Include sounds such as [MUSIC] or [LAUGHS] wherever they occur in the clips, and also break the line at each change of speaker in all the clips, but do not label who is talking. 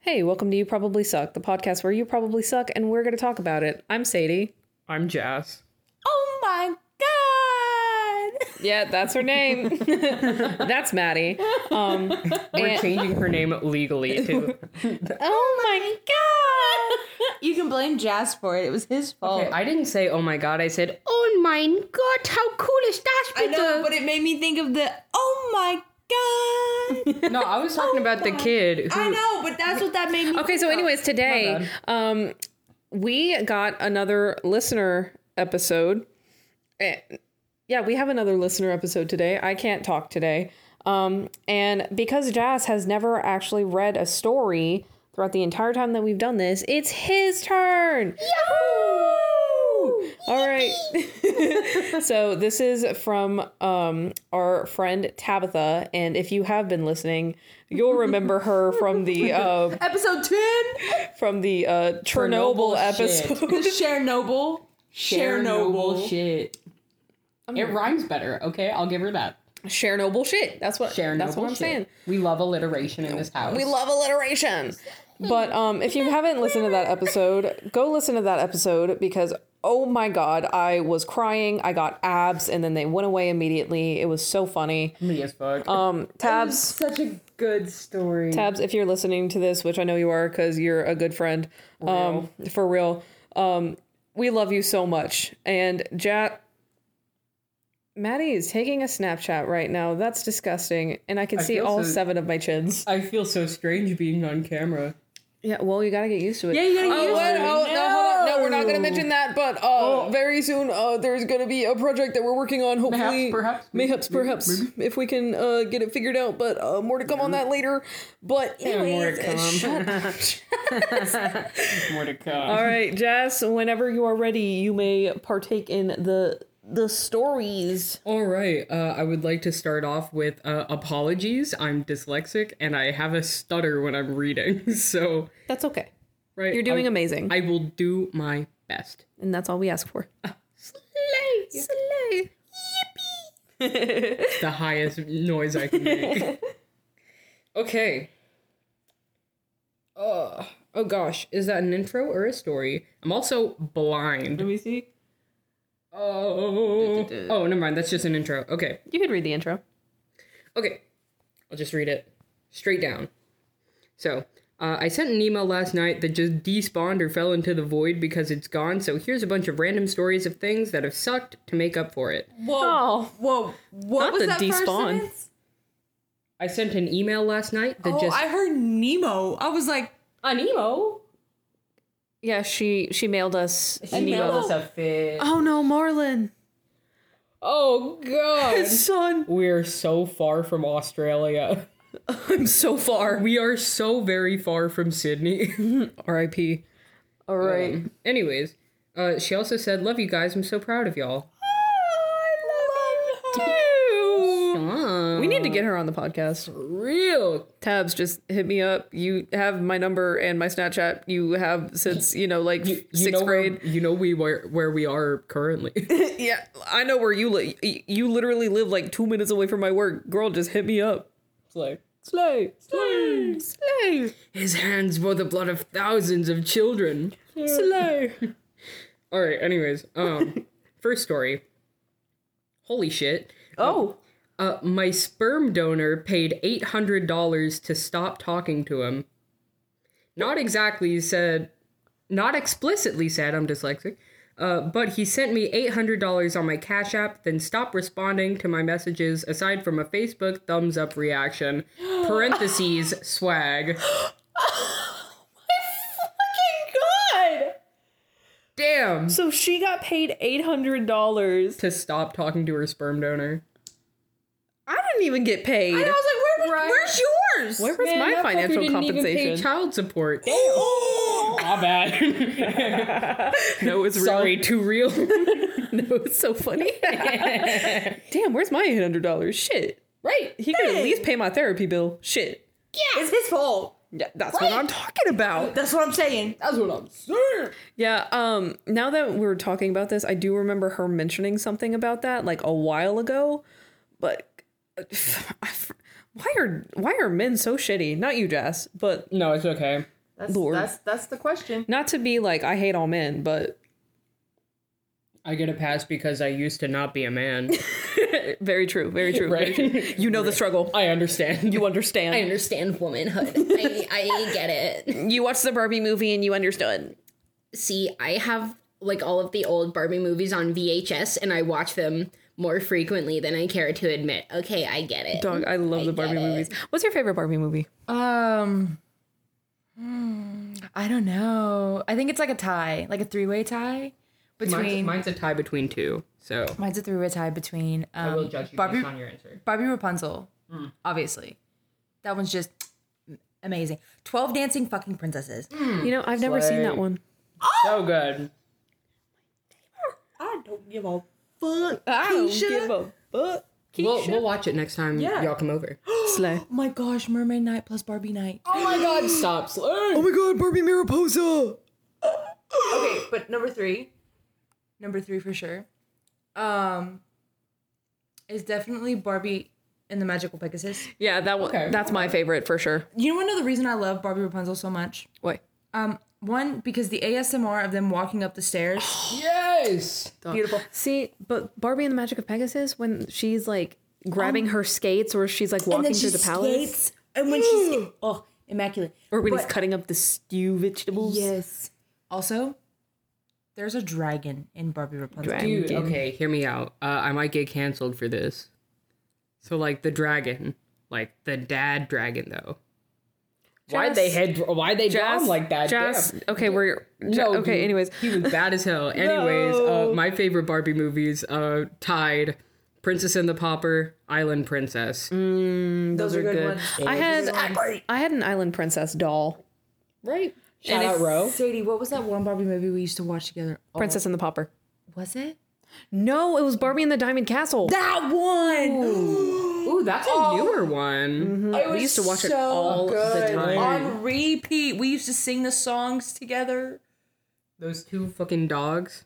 Hey, welcome to You Probably Suck, the podcast where you probably suck and we're going to talk about it. I'm Sadie.
I'm Jazz.
Oh my god!
Yeah, that's her name. [LAUGHS] that's Maddie. Um,
[LAUGHS] We're
and-
changing her name legally
[LAUGHS]
to.
Oh my god! [LAUGHS] You can blame Jazz for it. It was his fault.
Okay, I didn't say, oh my god, I said, oh my god, how cool is that?
I know, but it made me think of the oh my god.
No, I was
Oh
talking about the kid who.
I know, but that's what that made me.
okay, so, anyways, today um, we got another listener episode. Eh, Yeah, we have another listener episode today. I can't talk today. Um, and because Jazz has never actually read a story throughout the entire time that we've done this, it's his turn. All right. [LAUGHS] so this is from um, our friend Tabitha, and if you have been listening, you'll remember her from the uh,
Episode ten,
from the uh, Chernobyl,
Chernobyl
[LAUGHS]
shit.
episode.
the Chernobyl. Chernobyl.
shit. It rhymes better. Okay, I'll give her that.
Chernobyl shit. That's what.
Chernobyl
that's what I'm
shit.
saying.
We love alliteration in this house.
We love alliteration. But um, if you haven't listened to that episode, go listen to that episode because oh my god, I was crying. I got abs, and then they went away immediately. It was so funny.
me as fuck.
Um, tabs.
such a good story.
Tabs, if you're listening to this, which I know you are because you're a good friend, um, for real, um, we love you so much. And Jat, Maddie is taking a Snapchat right now. That's disgusting. And I can see
feel
all
so-
seven of my chins.
I feel so strange being on camera.
Yeah, well, you gotta get used to it.
Yeah, you gotta get used to it.
Oh, no, hold on. No, we're not gonna mention that. But uh, very soon, uh, there's gonna be a project that we're working on. Hopefully,
perhaps, maybe,
mayhaps, perhaps, if we can uh, get it figured out. But uh, more to come on that later. But
more
anyways,
to
[LAUGHS]
come.
shut up.
[LAUGHS] More to come.
All right, Jess, whenever you are ready, you may partake in the the stories.
All right. Uh, I would like to start off with uh, apologies. I'm dyslexic and I have a stutter when I'm reading. [LAUGHS] So,
That's okay.
right.
You're doing
I,
amazing.
I will do my best.
and that's all we ask for.
Slay.
Slay.
the highest noise I can make. [LAUGHS] okay. Uh, oh gosh, is that an intro or a story? I'm also blind.
me see.
Oh. Oh, never mind. That's just an intro. Okay.
You could read the intro.
Okay, I'll just read it straight down. So, uh, I sent an email last night that just despawned or fell into the void because it's gone, so here's a bunch of random stories of things that have sucked to make up for it.
Whoa,
Oh.
whoa, what
Not
was
the
that first
despawn.
sentence?
I sent an email last night that
Oh,
just.
I heard Nemo. I was like,
an emo?
Yeah, she she mailed us. an email.
us
a fit.
Oh no, Marlin.
Oh, God.
Son.
[LAUGHS] we are so far from Australia.
I'm so far.
We are so very far from Sydney. [LAUGHS]
R.I.P. All right.
Um, anyways, uh, she also said, Love you guys, I'm so proud of y'all.
we need to get her on the podcast.
real.
Tabs, just hit me up. You have my number and my Snapchat. You have since you know, like sixth
know
grade.
Where, you know we where where we are
[LAUGHS]
currently.
Yeah, I know where you live. You literally live like two minutes away from my work. Girl, just hit me up.
It's like
Slay, slay, slay,
his hands were the blood of thousands of children.
slay.
All right. Anyways, um, first story. Holy shit.
[LAUGHS] Oh,
Uh, my sperm donor paid eight hundred dollars to stop talking to him. Not exactly said, not explicitly said. I'm dyslexic, uh, but he sent me eight hundred dollars on my Cash App, then stopped responding to my messages aside from a Facebook thumbs
[GASPS]
up reaction. Parentheses swag.
God!
Damn.
So she got paid eight hundred dollars.
To stop talking to her sperm donor.
I didn't even get paid.
I was like, where,
Right.
where's yours?
Where was my financial compensation?
child support.
Oh,
[LAUGHS] My bad.
[LAUGHS] no, it's
[LAUGHS] Sorry, too real.
real. [LAUGHS] No, it's so [LAUGHS] funny. Damn, where's my eight hundred dollars? Shit.
right.
He could at least pay my therapy bill. Shit.
it's his fault.
Yeah, that's what I'm talking about.
That's what I'm saying.
That's what I'm saying.
Yeah, um now that we're talking about this, I do remember her mentioning something about that like a while ago, but I f- [SIGHS] Why are why are men so shitty? Not you, Jess, but
[LAUGHS] No, it's okay.
That's
Lord.
that's that's the question.
not to be like I hate all men, but
I get a pass because I used to not be a [LAUGHS] man.
very true, very true. very true.
[LAUGHS] Right.
You know the struggle.
I understand.
You understand.
understand womanhood.
I, I get it.
you watched the Barbie movie and you understood.
See, I have like all of the old Barbie movies on VHS and I watch them more frequently than I care to admit. Okay, I get it.
Dog, I love the Barbie
get it.
movies. What's your favorite Barbie movie?
Um hmm, I don't know. I think it's like a tie, like a three-way tie
Mine's,
between
mine's a tie between two, so
Mine's a three-way tie between um,
I will Hmm. judge you
Barbie
based on your answer.
Barbie Rapunzel, obviously. That one's just amazing. 12 dancing fucking princesses.
Hmm.
You know, I've never seen that
Slay.
one.
So good.
I don't give a
I don't give a fuck.
We'll, we'll watch it next time y'all come over.
Slay.
Oh my gosh, Mermaid Night plus Barbie Night.
[GASPS] Oh my god, [GASPS] stop slurring.
my god, Barbie Mariposa!
Okay, but number 3, number 3 for sure. Um is definitely Barbie and the Magical Pegasus.
Yeah, that one.
Okay.
That's my favorite for sure.
You know another reason I love Barbie Rapunzel so much?
Wait,
Um one because the ASMR of them walking up
[GASPS]
the stairs.
Yes.
Beautiful.
see, but Barbie and the Magic of Pegasus when she's like
Um,
grabbing her skates or she's like walking through the palace
and when she's
[GASPS]
oh, immaculate.
or when he's cutting up the stew vegetables.
Yes. Also, there's a dragon in Barbie Rapunzel.
Dragon.
Dude, okay, hear me out. Uh, I might get canceled for this. So, like the dragon, like the dad dragon, though. why'd they
Just-
head? Why'd they draw him
Jazz-
like that?
Jazz-
Damn.
okay, we're
No,
okay.
dude,
Anyways,
he was bad as [LAUGHS] hell. Anyways, uh, my favorite Barbie movies uh, tied Princess and the Pauper, Island Princess.
those, are good. I had I had an Island Princess doll,
Right? Shout out Ro.
Sadie, what was that one Barbie movie we used to watch together? Oh,
Princess and the Pauper.
was it?
No, it was Barbie and the Diamond Castle.
That one.
Ooh, that's a newer one.
we used to watch it all the time.
On repeat. We used to sing the songs together.
Those two fucking dogs.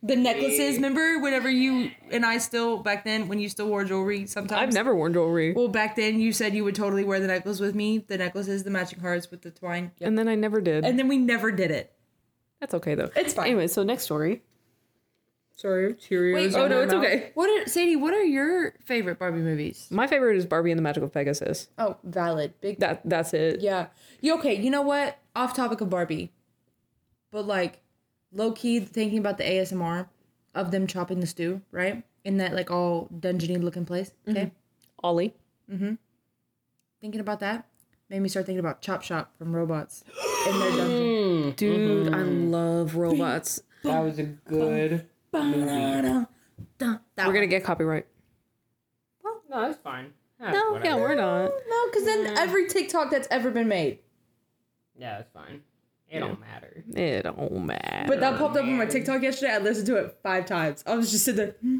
The necklaces, remember whenever you and I still back then when you still wore jewelry sometimes?
I've never worn jewelry,
Well, back then you said you would totally wear the necklace with me, the necklaces, the matching hearts with the twine.
and then I never did.
And then we never did it.
That's okay though.
It's fine.
Anyway, so next story.
Sorry, Cheerios.
Wait,
in
oh,
Oh no,
my
it's
mouth.
okay.
What are Sadie? What are your favorite Barbie movies?
My favorite is Barbie and the Magical Pegasus.
Oh, valid. Big.
That that's it.
yeah. You okay? You know what? Off topic of Barbie, but like low key thinking about the ASMR of them chopping the stew, right? In that like all dungeony looking place. Okay.
Ollie.
Thinking about that made me start thinking about Chop Shop from Robots in their dungeon. [GASPS]
Dude, I love robots.
That was a good.
Dun, that
We're
one.
gonna get copyright.
No, that's fine. Ah,
No, yeah, we're not.
no, because then every TikTok that's ever been made.
Yeah, it's fine. It don't matter.
It don't matter.
But that popped up on my TikTok yesterday. I listened to it five times. I was just sitting there. Hmm,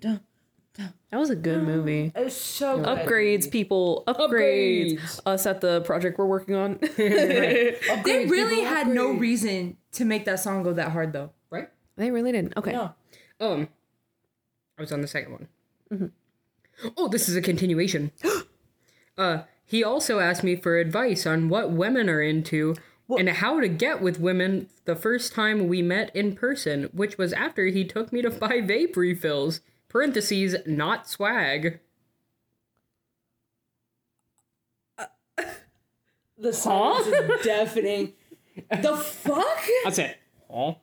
dun,
that was a good movie.
It was so good.
Upgrades, people. Upgrades. Us at the project we're working [LAUGHS] on.
They really had no reason to make that song go that hard though.
Right?
they really didn't. Okay.
No.
Um, I was on the second one.
Mm-hmm.
Oh, this is
[GASPS]
a continuation. uh, he also asked me for advice on what women are into and how to get with women the first time we met in person, which was after he took me to buy vape refills. Parentheses, not swag.
[LAUGHS] The song is
[LAUGHS]
deafening. The fuck?
That's it. Oh.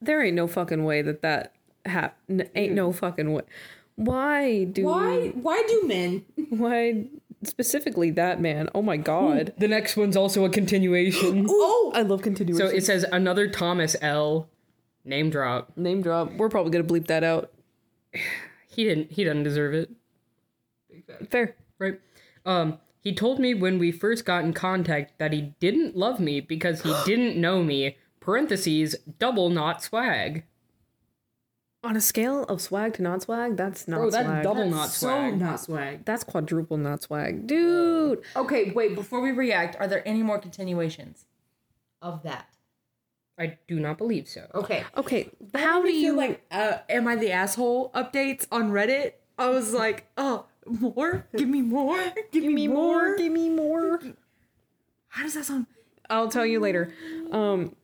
There ain't no fucking way that that happened. Ain't no fucking way. Why do
why do men?
Why specifically that man? Oh my god.
The next one's also a continuation.
Oh,
I love continuation.
so it says another Thomas L. Name drop.
Name drop. We're probably gonna bleep that out.
He didn't. He doesn't deserve it.
Fair.
Right. Um, he told me when we first got in contact that he didn't love me
[GASPS]
because he didn't know me. Parentheses, double not swag.
On a scale of swag to not swag, that's not
Oh,
Bro, that's
swag.
double not swag.
not swag.
that's quadruple not swag. Dude.
Okay, wait. Before we react, are there any more continuations of that?
I do not believe so.
Okay.
Okay. How do you
like? Uh, am I the asshole? Updates on Reddit. I was like, oh, More? Give me more? [LAUGHS] Give, me, more?
Give me more.
How does that sound?
I'll tell you later. Um,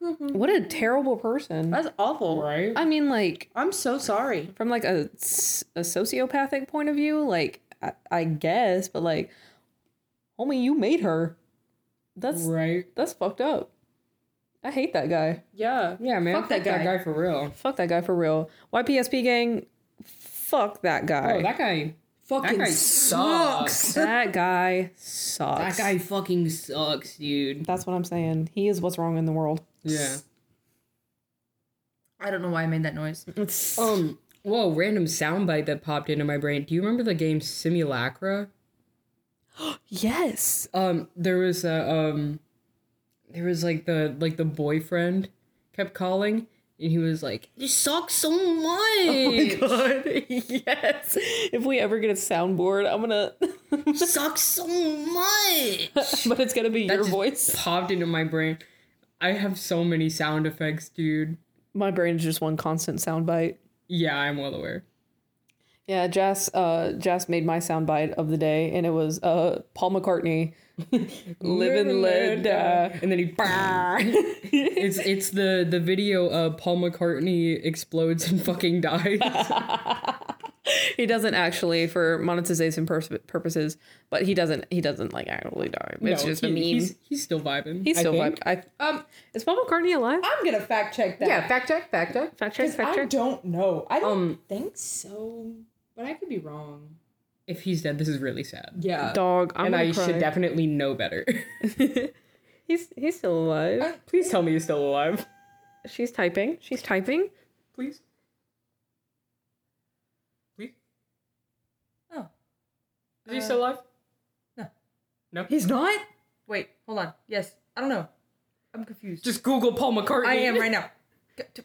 what a terrible person.
That's awful.
Right?
I mean, like
I'm so sorry.
from like a, s- a sociopathic point of view, like I, I guess, but like, homie, you made her. That's
Right.
that's fucked up. I hate that guy.
Yeah.
Yeah, man.
uh, Fuck that
That
guy.
guy for real.
Fuck that guy for real. YPSP gang. Fuck that guy.
Oh, that guy.
Fucking
That guy
sucks.
sucks.
That guy sucks.
That guy fucking sucks, dude.
That's what I'm saying. He is what's wrong in the world.
Yeah.
I don't know why I made that noise.
Um. Whoa! Random soundbite that popped into my brain. Do you remember the game Simulacra?
Yes.
Um. There was a um. There was like the like the boyfriend kept calling, and he was like, "This
[LAUGHS]
sucks so much."
Oh God. [LAUGHS] yes. If we ever get a soundboard, I'm gonna. [LAUGHS]
Sucks so much.
but it's gonna be your
just
voice.
popped into my brain. I have so many sound effects, dude.
My brain is just one constant soundbite.
Yeah, I'm well aware.
Yeah, Jas. Uh, Jas made my soundbite of the day, and it was uh Paul McCartney, "Live and Let Die."
and then he. It's it's the the video of Paul McCartney explodes and fucking dies.
[LAUGHS] He doesn't actually, for monetization pers- purposes, but he doesn't. He doesn't like actually die. [LAUGHS] It's
No,
just a meme.
he-
He's,
He's, he's still vibing. I
still
think.
vibed. I, um, is Paul McCartney alive?
I'm gonna fact check that.
fact check, fact check, fact check, fact
I
check.
don't know. I don't
Um,
think so, but I could be wrong.
If he's dead, this is really sad.
Yeah.
Dog, I'm
and
gonna
I
cry.
should definitely know better. [LAUGHS]
he's he's still alive.
Please tell me he's still alive.
She's typing. She's typing.
Please. Please.
Oh.
Is he still alive?
He's not? Wait, hold on. Yes. I don't know. I'm confused.
Just Google Paul McCartney.
I am right now. D- d-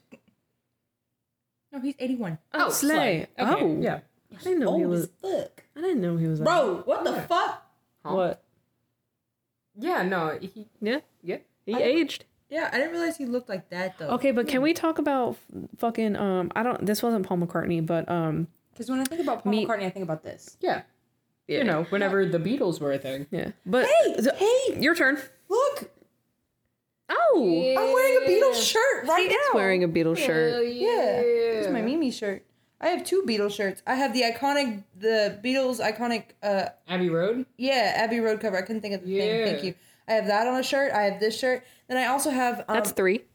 No, he's 81.
Oh, Slay.
Okay,
Oh,
yeah.
I didn't know he was.
fuck.
I didn't know he was. alive.
Bro, what the fuck?
What?
Yeah, no. He,
Yeah,
yeah.
he aged.
Yeah, I didn't realize he looked like that though.
Okay, but can we talk about f- fucking um? I don't. This wasn't Paul McCartney, but um.
Because when I think about Paul
Me-
McCartney, I think about this.
Yeah.
Yeah.
You know, whenever the Beatles were a thing.
Yeah, but
Hey,
th-
hey,
your turn.
look!
Oh,
I'm wearing a Beatles shirt right
he
now.
is wearing a Beatles
Oh,
shirt.
Yeah. This is my Mimi shirt. I have two Beatles shirts. I have the iconic, the Beatles iconic, uh,
Abbey Road.
yeah, Abbey Road cover. I couldn't think of the
Yeah.
name. Thank you. I have that on a shirt. I have this shirt. Then I also have. Um,
That's three.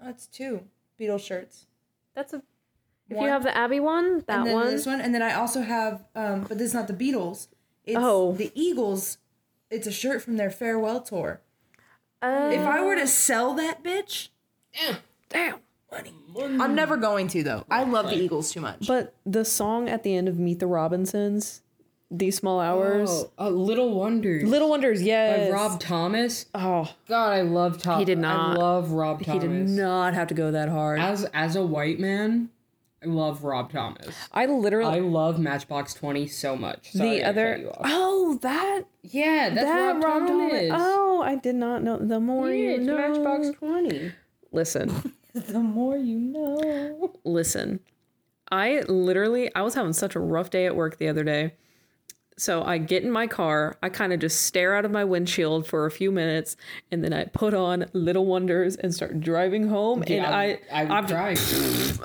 that's two Beatles shirts.
That's a. If
One.
you have the Abbey one, that
and then
one.
this one, and then I also have. Um, but this is not the Beatles. It's
Oh.
the Eagles. It's a shirt from their farewell tour.
Uh,
If I were to sell that bitch,
damn.
I'm never going to though. I love the Eagles too much.
But the song at the end of Meet the Robinsons, These Small Hours,
Oh, a Little Wonder.
Little Wonders, yes.
By Rob Thomas.
Oh,
God, I love Thomas.
He did
I
not.
love Rob Thomas.
he did not have to go that hard.
As as a white man, I love Rob Thomas.
I
I
literally
love Matchbox Twenty so much. Sorry,
the
I
other.
cut you off.
Oh, that
yeah, that's
that
Rob,
Rob
Thomas.
Thomas. Oh, I did not know. The more
Yeah,
you
it's
know.
Matchbox Twenty. [LAUGHS]
Listen,
the more you know.
listen. I literally, I was having such a rough day at work the other day. So I get in my car, I kind of just stare out of my windshield for a few minutes, and then I put on Little Wonders and start driving home. and I,
I would
I'm
cry.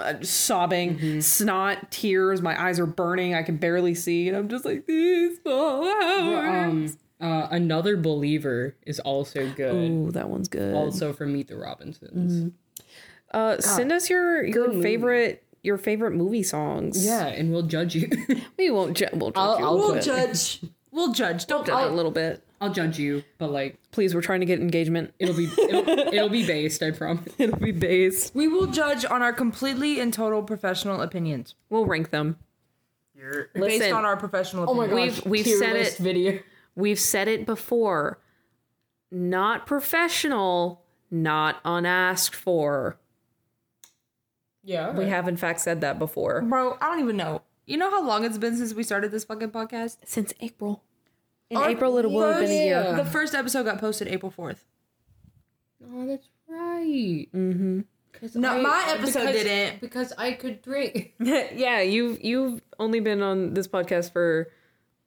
uh, sobbing, snot, tears. My eyes are burning. I can barely see. And I'm just like, these small hours.
um, uh, another believer is also good.
Ooh, Mm-hmm. that one's good.
Also from Meet the Robinsons.
Uh, send us your your favorite your favorite movie songs.
Yeah, and we'll judge you. [LAUGHS]
we won't. Ju- we'll judge
I'll-
you.
I'll
we'll
judge-
judge
Judge. We'll judge. Don't
you a little bit.
I'll judge you, but like
Please, we're trying to get engagement. [LAUGHS]
it'll be it'll, it'll be based. I promise.
It'll be based.
We will judge on our completely and total professional opinions.
We'll rank them. Listen, Oh
Based on our professional opinions.
We've- we've
Tier
said
list
it.
Video.
we've said it before. Not professional, not unasked for.
Yeah.
We have in fact said that before
Bro, I don't even know. You know how long it's been since we started this fucking podcast?
since April. In
Our
April, it will have been a year.
Yeah.
The first episode got posted April 4th.
Mm.
Oh, that's right.
No,
I-
my episode
because-
didn't.
because I could
[LAUGHS]
drink.
yeah, you've you've only been on this podcast for,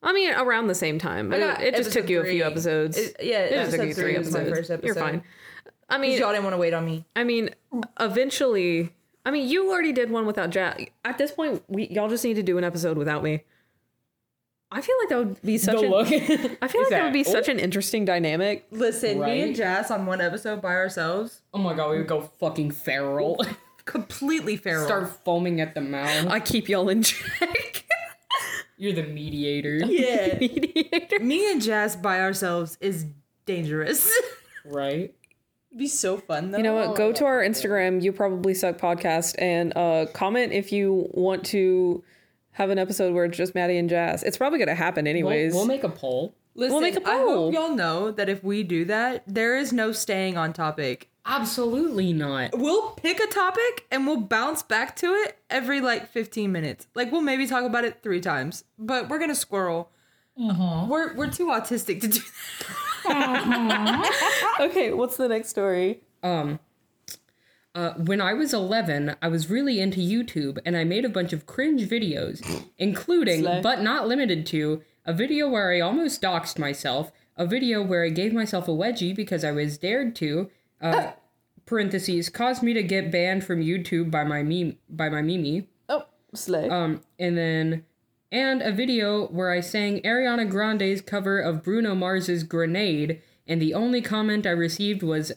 I mean, around the same time. It,
got
it just took
episode
you a few
three.
episodes.
It- yeah,
it just took
episode
you three
three was
episodes.
my first
You're
episode.
fine. I
'Cause
mean,
Y'all didn't want to wait on me.
I mean, eventually. I mean, you already did one without Jack. At this point, we y'all just need to do an episode without me. I feel like that would be such. An,
[LAUGHS]
I feel like that would be such an interesting dynamic.
Listen, me and
Right?
Jazz on one episode by ourselves,
Oh my god, we would go fucking feral.
completely feral.
[LAUGHS] Start foaming at the mouth.
I keep y'all in check. [LAUGHS]
You're the mediator.
Yeah.
Mediator.
me and Jazz by ourselves is dangerous. [LAUGHS]
Right?
be so fun though.
You know what? Go to our Instagram, You Probably Suck Podcast, and uh, comment if you want to have an episode where it's just Maddie and Jazz. It's probably going to happen
We'll,
anyways. [LAUGHS]
we'll make a poll.
Listen,
We'll make a
I
poll.
hope y'all know that if we do that, there is no staying on topic.
Absolutely not.
We'll pick a topic and we'll bounce back to it every like 15 minutes. Like we'll maybe talk about it three times, but we're gonna squirrel. We're we're too autistic to do that.
okay, what's the next story?
Um, uh, when I was 11, I was really into YouTube and I made a bunch of cringe videos, including, but not limited to, a video where I almost doxed myself, a video where I gave myself a wedgie because I was dared to, uh, parentheses, caused me to get banned from YouTube by my meme, by my Mimi.
Oh, slay.
Um, and then, and a video where I sang Ariana Grande's cover of Bruno Mars's Grenade, and the only comment I received was,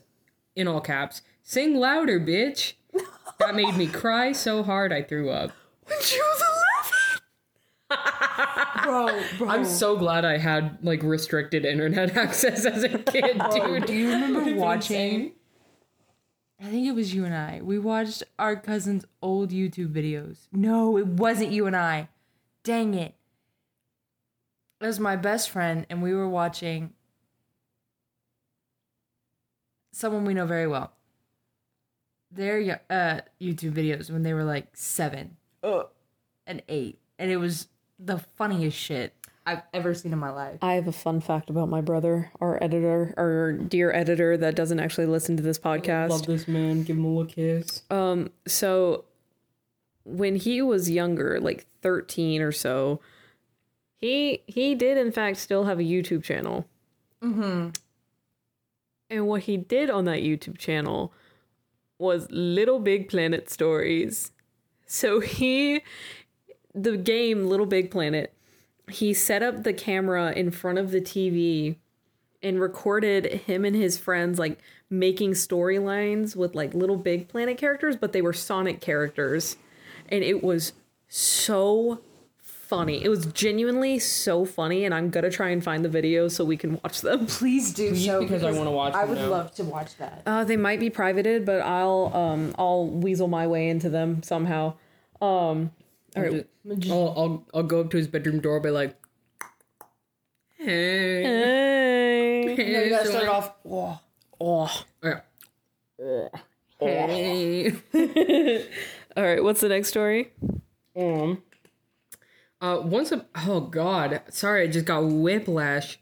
in all caps, sing louder, bitch. That made me cry so hard I threw up.
She was
[LAUGHS]
11. bro, bro.
I'm so glad I had like restricted internet [LAUGHS] access as a kid,
Oh, Do
dude.
you
[LAUGHS]
remember
insane.
watching? I think it was you and I. We watched our cousin's old YouTube videos. No, it wasn't you and I. Dang it. It was my best friend, and we were watching someone we know very well. Their yo- uh, YouTube videos when they were like seven and eight. And it was the funniest shit I've ever seen in my life.
I have a fun fact about my brother, our editor, our dear editor that doesn't actually listen to this podcast.
Love this man. Give him a little kiss.
Um, so when he was younger, like 13 or so, he he did in fact still have a YouTube channel. Mm-hmm. And what he did on that YouTube channel was Little Big Planet stories. So he the game Little Big Planet, he set up the camera in front of the TV and recorded him and his friends like making storylines with like little big planet characters, but they were Sonic characters. And it was so funny. It was genuinely so funny. And I'm gonna try and find the video so we can watch them. [LAUGHS]
Please do
Please,
so
because I wanna watch
I
them
would
now.
love to watch that.
Uh, they might be privated, but I'll um I'll weasel my way into them somehow. Um all right.
I'll, I'll I'll go up to his bedroom door, be like, hey.
Hey.
hey so I-
off. Oh, Oh.
Oh.
Alright. Hey.
All right, what's the next story?
Um. Uh, once a oh god, sorry, I just got whiplash.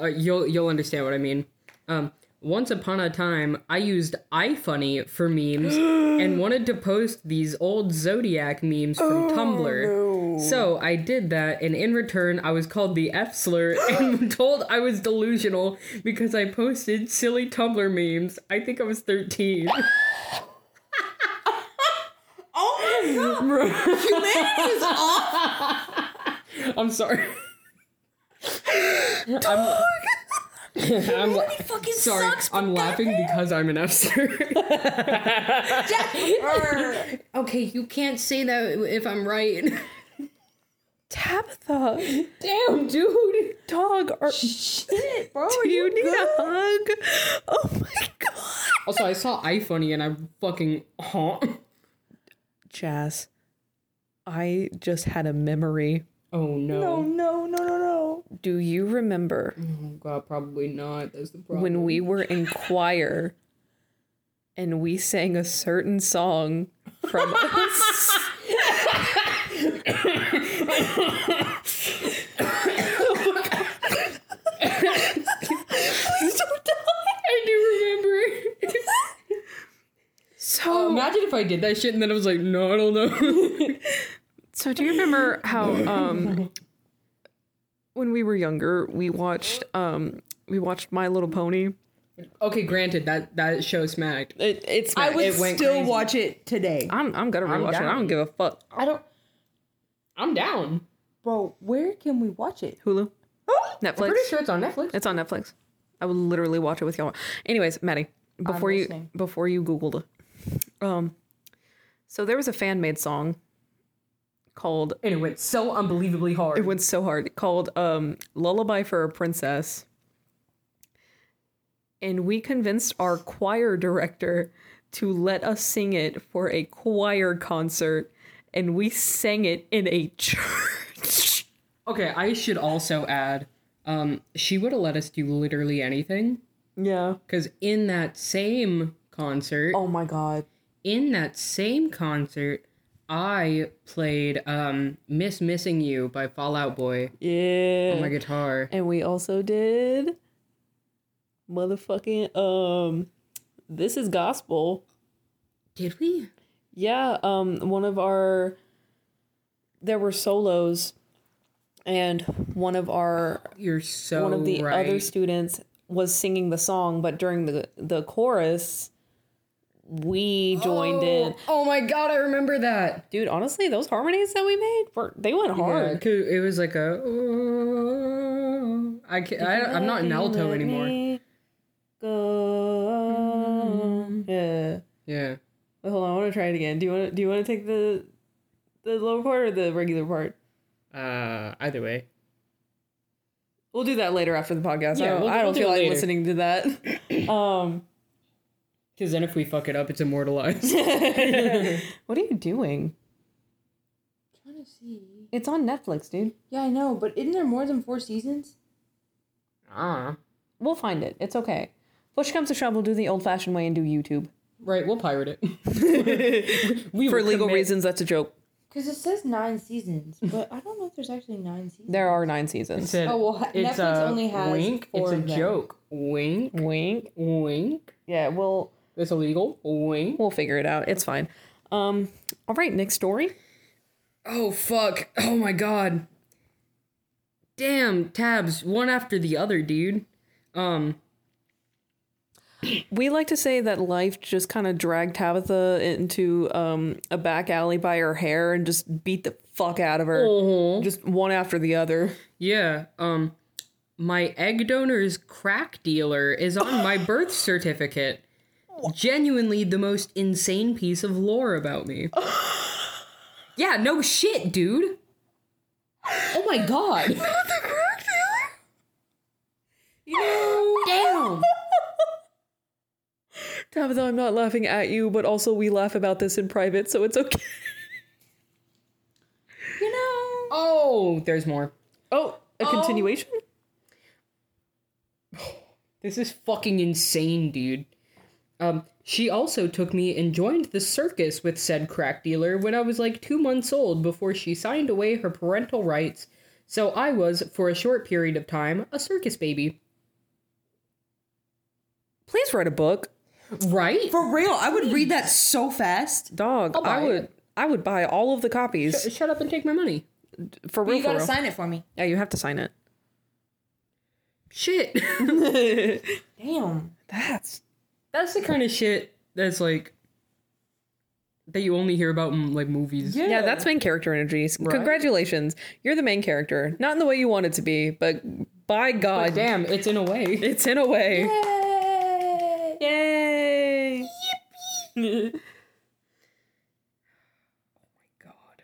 Uh, you'll you'll understand what I mean. Um, once upon a time, I used iFunny
[GASPS]
for memes and wanted to post these old Zodiac memes
Oh,
from Tumblr. So I did that, and in return, I was called the
[GASPS]
F slur and [LAUGHS] told I was delusional because I posted silly Tumblr memes. I think I
[LAUGHS]
was thirteen.
[LAUGHS]
[LAUGHS] I'm sorry. [LAUGHS] I'm, I'm
Fucking
[LAUGHS] sorry. I'm laughing because I'm an
[LAUGHS]
F-slur.
Okay, you can't say that if I'm
[LAUGHS]
right.
Tabitha,
Damn, Um, dude.
dog, are, [LAUGHS]
shit, bro.
do you need a hug? Oh my god.
Also, I saw iFunny and I fucking huh.
Jazz, I just had a memory.
Oh no.
no, no, no, no.
Do you remember
Oh god, probably not. That's the problem.
when we were in choir and we sang a certain song [LAUGHS] from us?
I do remember.
So
if I did that shit and then I was like, no, I don't know.
[LAUGHS]
So do you remember how um when we were younger we watched um we watched My Little Pony?
okay, granted that that show smacked.
It, it's
I would
It
still
went crazy.
watch it today.
I'm I'm gonna rewatch it. I
down.
don't give a fuck.
I don't,
I'm down.
bro. Where can we watch it?
Hulu, Oh,
I'm
Netflix.
pretty sure it's on Netflix.
It's on Netflix. I would literally watch it with y'all. Anyways, Maddie, before you
listening.
before you googled it, um, so there was a fan made song called
And it went so unbelievably hard.
it went so hard called um lullaby for a princess and we convinced our choir director to let us sing it for a choir concert and we sang it in a [LAUGHS] church
okay, I should also add, um, she would have let us do literally anything.
yeah
Cause in that same concert,
oh my god
in that same concert, I played um, "Miss Missing You" by Fallout Boy
yeah
on my guitar.
and we also did motherfucking um this is gospel
Did we?
Yeah, um, one of our there were solos, and one of our
You're so
one of the
Oh, right.
other students was singing the song, but during the the chorus, we joined in.
Oh my god, I remember that.
Dude, honestly, those harmonies that we made were they went
Yeah,
hard.
'cause it was like a. "Oh." I can't, I, am not in alto anymore.
Go. Yeah.
Yeah.
Wait, hold on, I want to try it again. Do you want to do you want to take the the lower part or the regular part?
Uh, either way.
We'll do that later after the podcast. I
Yeah,
don't,
we'll-
I don't
we'll do
feel
it
like
later.
listening to
[CLEARS THROAT]
that. Um,
Because then if we fuck it up, it's immortalized.
what are you doing?
trying to see.
It's on Netflix, dude.
Yeah, I know, but isn't there more than four seasons?
ah.
We'll find it. It's okay. Push comes to shove, we'll do the old fashioned way and do YouTube.
[LAUGHS] Right, we'll pirate it. [LAUGHS] we
For
will
legal
commit-
reasons, that's a joke.
Because it says nine seasons, but I don't know if there's actually nine seasons.
There are nine
It
seasons.
said,
Oh, well,
it's
Netflix
a
only has
wink.
four
it's a
of them.
joke. Wink,
Wink.
wink.
Yeah, we'll
It's illegal. Wink.
we'll figure it out. It's fine. Um, all right, next story.
Oh fuck! Oh my god! Damn tabs, one after the other, dude. Um,
We like to say that life just kind of dragged Tabitha into um a back alley by her hair and just beat the fuck out of her,
Uh-huh.
just one after the other. [LAUGHS]
yeah. Um, my egg donor's crack dealer is on my birth certificate. Genuinely, the most insane piece of lore about me. yeah, no shit, dude.
Oh my god. Damn.
Tabitha, I'm not laughing at you, but also we laugh about this in private, so it's okay. [LAUGHS]
You know.
Oh, there's more.
Oh, a continuation?
This is fucking insane, dude. Um, she also took me and joined the circus with said crack dealer when I was like two months old before she signed away her parental rights, so I was, for a short period of time, a circus baby.
Please write a book.
Right?
For real, I would read that so fast.
Dog, I
buy
would I would buy all of the copies.
Shut up and take my money.
For real,
You
for
gotta
real.
sign it for me.
yeah, you have to sign it.
[LAUGHS]
Shit.
Damn.
That's
that's the kind of shit that's like. that you only hear about in like movies.
yeah. that's main character energies.
Right.
Congratulations. You're the main character. Not in the way you want it to be, but by God,
Damn, it's in a way.
it's in a way.
Yay.
Yay!
God.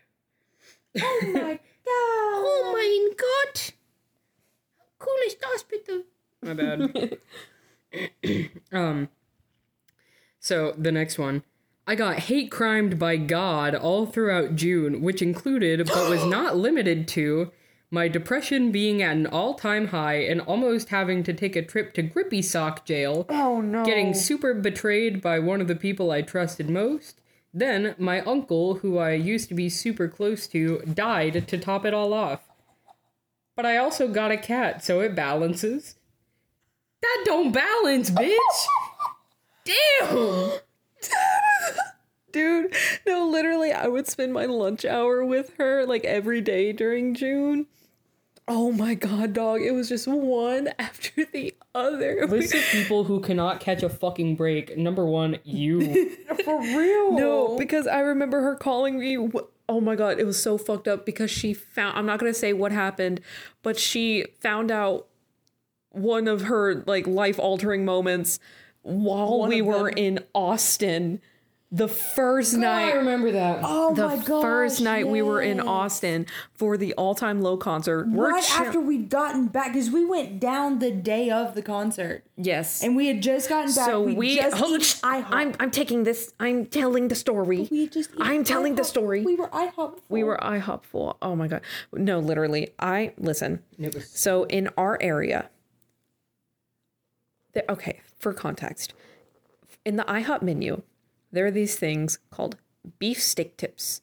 Oh my god. Oh
mein Gott! Cool ist das bitte?
My bad. [LAUGHS] um. So the next one, I got hate crimed by God all throughout June, which included but was not limited to my depression being at an all-time high and almost having to take a trip to Grippy Sock Jail.
Oh no.
Getting super betrayed by one of the people I trusted most. Then my uncle, who I used to be super close to, died to top it all off. But I also got a cat, so it balances. That [LAUGHS] don't balance, bitch! Damn!
Dude, no, literally, I would spend my lunch hour with her like every day during June. Oh my god, dog. It was just one [LAUGHS] after the other. We-
List of people who cannot catch a fucking break. Number one, you.
For real?
No, because I remember her calling me. wh- Oh my god, it was so fucked up because she found. I'm not gonna say what happened, but she found out one of her like life altering moments while we were in Austin. The first night,
[LAUGHS] remember that.
Oh
the
my god.
first night we were in Austin for the all time low concert. We're
Right
chill-
after we'd gotten back, because we went down the day of the concert,
yes,
and we had just gotten back.
so we, [LAUGHS]
just
hold on,
eat
shh,
IHOP.
I'm I'm taking this. I'm telling the story.
we had just. eat
I'm telling the
IHOP.
story.
We were IHOP.
We were IHOP full. Oh my god. No, literally. I listen. So in our area, the- okay, for context, in the IHOP menu, there are these things called beef steak tips,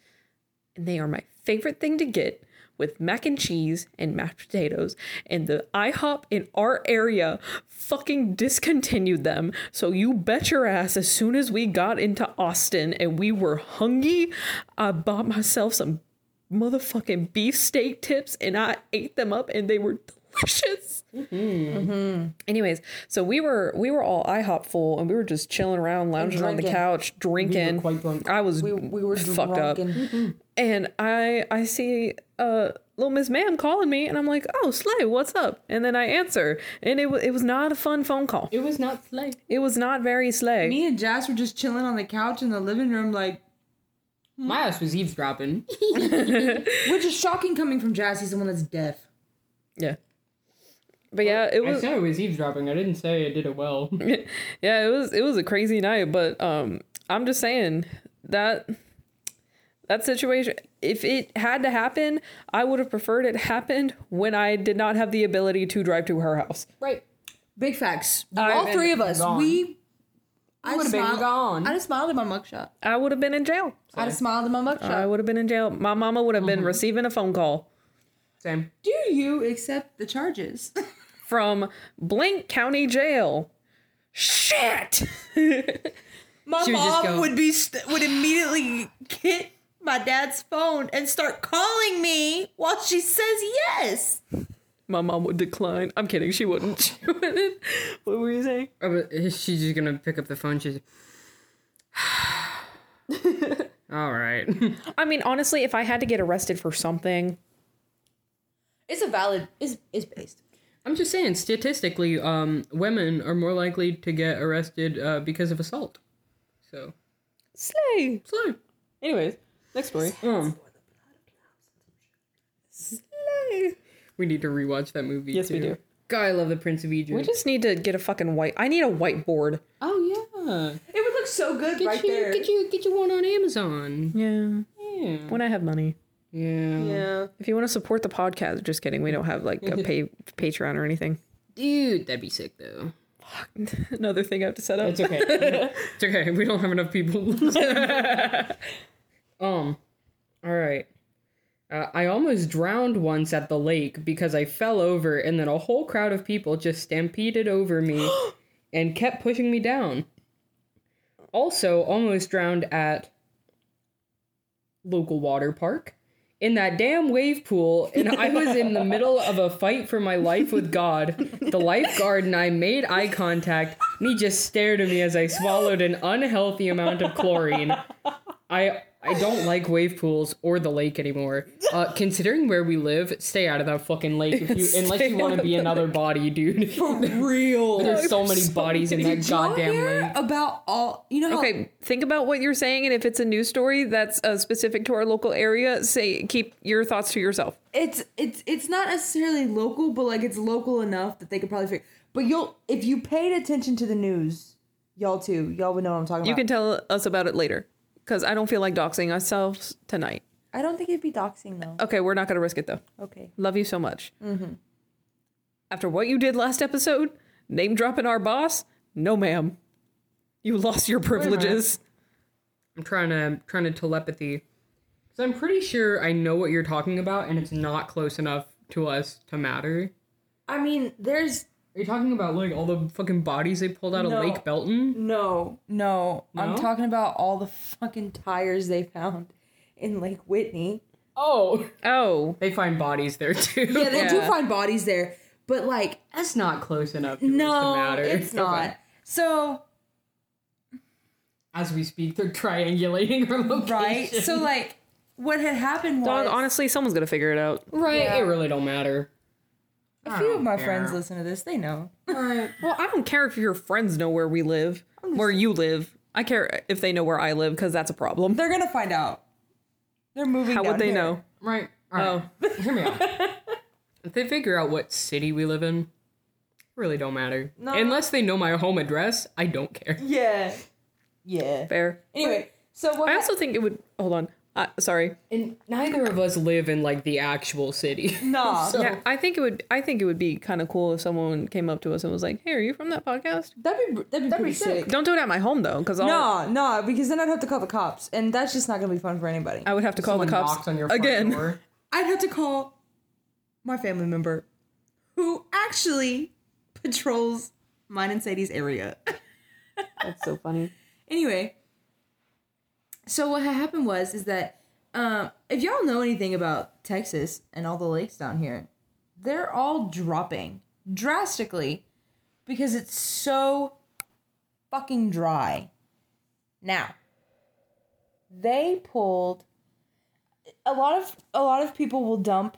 and they are my favorite thing to get with mac and cheese and mashed potatoes. And the IHOP in our area fucking discontinued them. So you bet your ass, as soon as we got into Austin and we were hungry, I bought myself some motherfucking beefsteak tips and I ate them up and they were delicious.
Mm-hmm.
Mm-hmm.
Anyways, so we were we were all IHOP full and we were just chilling around, lounging on the
drinking.
couch, drinking.
quite drunk.
I was
We, we
[LAUGHS]
were
fucked
drunk
up.
And
And I I see uh little Miss Ma'am calling me and I'm like, "Oh, Slay, what's up?" And then I answer and it was it was not a fun phone call.
It was not like
It was not very Slay.
Me and Jazz were just chilling on the couch in the living room, like,
my ass was eavesdropping.
which is shocking coming from Jazz. He's the one that's deaf.
yeah. But yeah, it
I
was
said I was eavesdropping. I didn't say I did it [LAUGHS] well.
yeah, it was it was a crazy night, but um I'm just saying that that situation if it had to happen, I would have preferred it happened when I did not have the ability to drive to her house.
right.
Big facts.
I
All
would've
three
been
of us.
gone.
We. I
would've been
smiled-
gone.
I'd have smiled at my mugshot.
I would have been in jail.
I'd have smiled at my
I
mugshot.
would have been in jail. My mama would have been receiving a phone call
Same.
Do you accept the [LAUGHS] charges?
from Blank County Jail. Shit. [LAUGHS]
My
She would just go-
mom would be st- would immediately get my dad's phone and start calling me while she says yes.
My mom would decline. I'm kidding. She wouldn't. [LAUGHS] She wouldn't. What were you saying?
she's just gonna pick up the phone. She's. [SIGHS] All right. [LAUGHS]
I mean, honestly, if I had to get arrested for something,
It's a valid. It's it's based.
I'm just saying, statistically, um, women are more likely to get arrested uh, because of assault. So,
slay.
so
Anyways, next story. Mm.
um, we need to rewatch that movie.
Yes, we
too.
do.
God, I love the Prince of Egypt.
We just need to get a fucking white. I need a whiteboard.
oh yeah,
It would look so good
get
right
you
there.
get you get you one on Amazon.
Yeah.
Yeah,
When I have money.
yeah.
yeah.
If you want to support the podcast, just kidding. We don't have like [LAUGHS] a pay Patreon or anything. [LAUGHS]
Dude, that'd be sick though.
Another thing I have to set up.
It's okay. it's okay. We don't have enough people. [LAUGHS] um. All right. Uh, I almost drowned once at the lake because I fell over, and then a whole crowd of people just stampeded over me and kept pushing me down. Also, almost drowned at local water park in that damn wave pool, and I was in the middle of a fight for my life with God. The lifeguard and I made eye contact, and he just stared at me as I swallowed an unhealthy amount of chlorine. I I don't like wave pools or the lake anymore. Uh, considering where we live, stay out of that fucking lake if you, unless you want to be another body, dude.
Real.
[LAUGHS] There's so many bodies in that goddamn lake.
About all you know. how-
[LAUGHS] Okay, think about what you're saying, and if it's a news story that's uh, specific to our local area, say keep your thoughts to yourself.
it's it's it's not necessarily local, but like it's local enough that they could probably figure. But you'll if you paid attention to the news, y'all too, y'all would know what I'm talking
You
about.
can tell us about it later, because I don't feel like doxing ourselves tonight.
I don't think it'd be doxing though.
Okay, we're not gonna risk it though.
Okay.
Love you so much. After what you did last episode, name dropping our boss, no, ma'am. You lost your privileges.
I'm trying to trying to telepathy. Cuz I'm pretty sure I know what you're talking about and it's not close enough to us to matter.
I mean, there's
Are you talking about like all the fucking bodies they pulled out of
No.
Lake Belton?
No, no, I'm
No?
talking about all the fucking tires they found in Lake Whitney.
Oh,
Oh,
they find bodies there too.
Yeah, they do
Yeah.
find bodies there, but like,
That's not close enough. To
no,
the matter. [LAUGHS]
it's not. So
As we speak, they're triangulating her location.
right, [LAUGHS] so like, what had happened was
dog. Honestly, someone's gonna figure it out.
right.
Yeah.
It really don't matter.
a few of my friends listen to this. They know.
Well, I don't care if your friends know where we live, where you live. I care if they know where I live because that's a problem.
They're gonna find out. They're moving.
How
down
would they
here.
know?
Right. All
Oh.
right. [LAUGHS]
[LAUGHS]
Hear me out. If they figure out what city we live in, really don't matter.
No.
Unless they know my home address, I don't care.
Yeah, yeah.
Fair.
Anyway, so what?
I also think it would. Hold on. Uh, sorry.
And neither of us live in like the actual city.
Nah.
[LAUGHS] So-
Yeah, I think it would. I think it would be kind of cool if someone came up to us and was like, "Hey, are you from that podcast?"
that'd be that'd be pretty sick.
Don't do it at my home though, because
No, no, because then I'd have to call the cops, and that's just not gonna be fun for anybody.
I would have to call the
Someone
cops
knocks on your front
again.
door.
I'd have to call my family member who actually patrols mine and Sadie's area. [LAUGHS]
That's so funny.
anyway, so what had happened was is that um, if y'all know anything about Texas and all the lakes down here, they're all dropping drastically because it's so fucking dry. Now, they pulled a lot of a lot of people will dump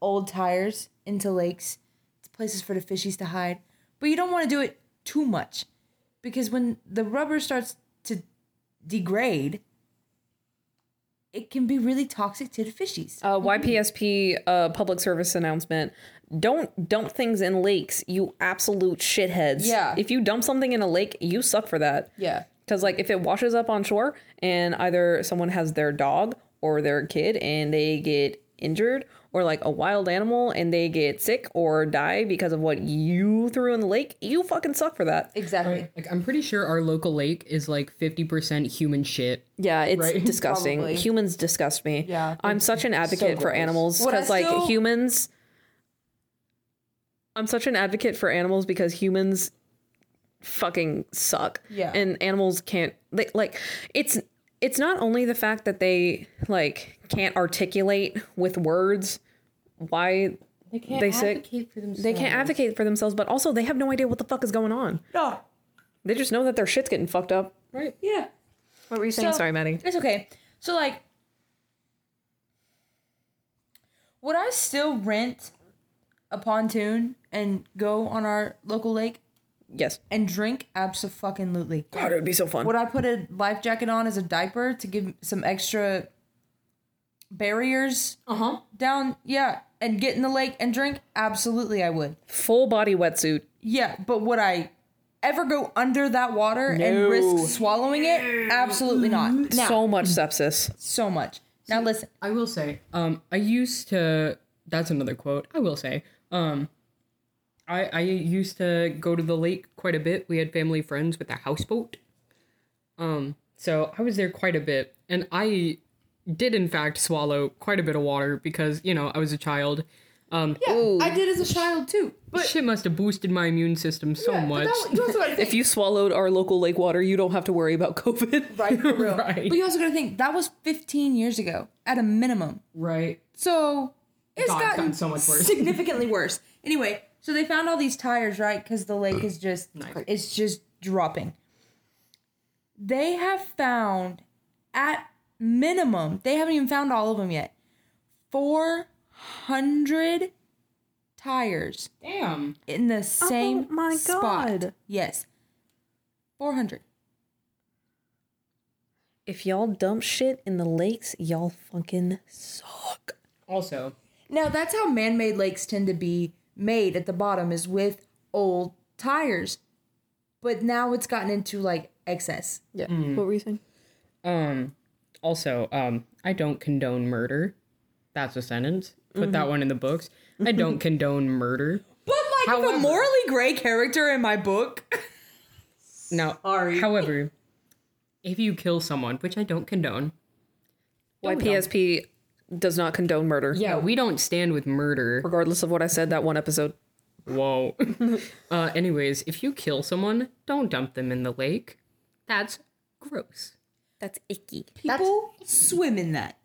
old tires into lakes. It's places for the fishies to hide, but you don't want to do it too much because when the rubber starts to degrade, it can be really toxic to the fishies.
[LAUGHS] Uh, YPSP uh, public service announcement: Don't dump things in lakes, you absolute shitheads.
Yeah.
If you dump something in a lake, you suck for that.
Yeah.
Because like if it washes up on shore and either someone has their dog or their kid and they get injured or like a wild animal and they get sick or die because of what you threw in the lake, you fucking suck for that.
Exactly.
Like I'm pretty sure our local lake is like 50% human shit.
Yeah, it's
[LAUGHS]
Right?
disgusting.
Probably.
Humans disgust me.
Yeah.
I'm such an advocate for
gross.
animals
What I
because like
still-
humans I'm such an advocate for animals because humans fucking suck.
Yeah.
And animals can't they like it's it's not only the fact that they like can't articulate with words why
They can't
They sick.
advocate for themselves.
they can't advocate for themselves, but also they have no idea what the fuck is going on.
No.
They just know that their shit's getting fucked up.
Yeah.
What were you saying?
So-
Sorry, Maddie.
It's okay. So like would I still rent a pontoon and go on our local lake
Yes.
and drink absolutely?
God, it would be so fun.
Would I put a life jacket on as a diaper to give some extra barriers
Uh-huh.
down? Yeah, and get in the lake and drink? Absolutely I would.
Full body wetsuit.
Yeah, but would I ever go under that water and risk swallowing it? Absolutely not. Now,
So much sepsis.
so much. Now listen.
I will say, um, I used to. That's another quote. I will say, um, I I used to go to the lake quite a bit. We had family friends with a houseboat, um, so I was there quite a bit, and I did in fact swallow quite a bit of water because you know I was a child. Um,
I did as a child too.
shit must have boosted my immune system so much.
[LAUGHS] If you swallowed our local lake water, you don't have to worry about COVID.
right for real.
Right.
But you also got to think that was 15 years ago at a minimum.
right.
So it's
God, it's
gotten,
gotten so much worse.
significantly worse. Anyway, so they found all these tires, right? Because the lake is just it's just dropping. They have found at minimum they haven't even found all of them yet. 400 tires
Damn.
in the same
my
spot.
God.
Yes. 400.
If y'all dump shit in the lakes, y'all fucking suck.
Also,
Now that's how man-made lakes tend to be made at the bottom is with old tires. But now it's gotten into like excess.
Yeah. What were you saying?
Um, also, um, I don't condone murder. That's a sentence. Put that one in the books. I don't condone murder.
But like if
However-
a morally gray character in my book.
Now, however, if you kill someone, which I don't condone,
YPSP does not condone murder,
yeah, we don't stand with murder.
regardless of what I said that one episode.
Whoa. uh, anyways, if you kill someone, don't dump them in the lake. That's gross.
That's icky.
People swim in that.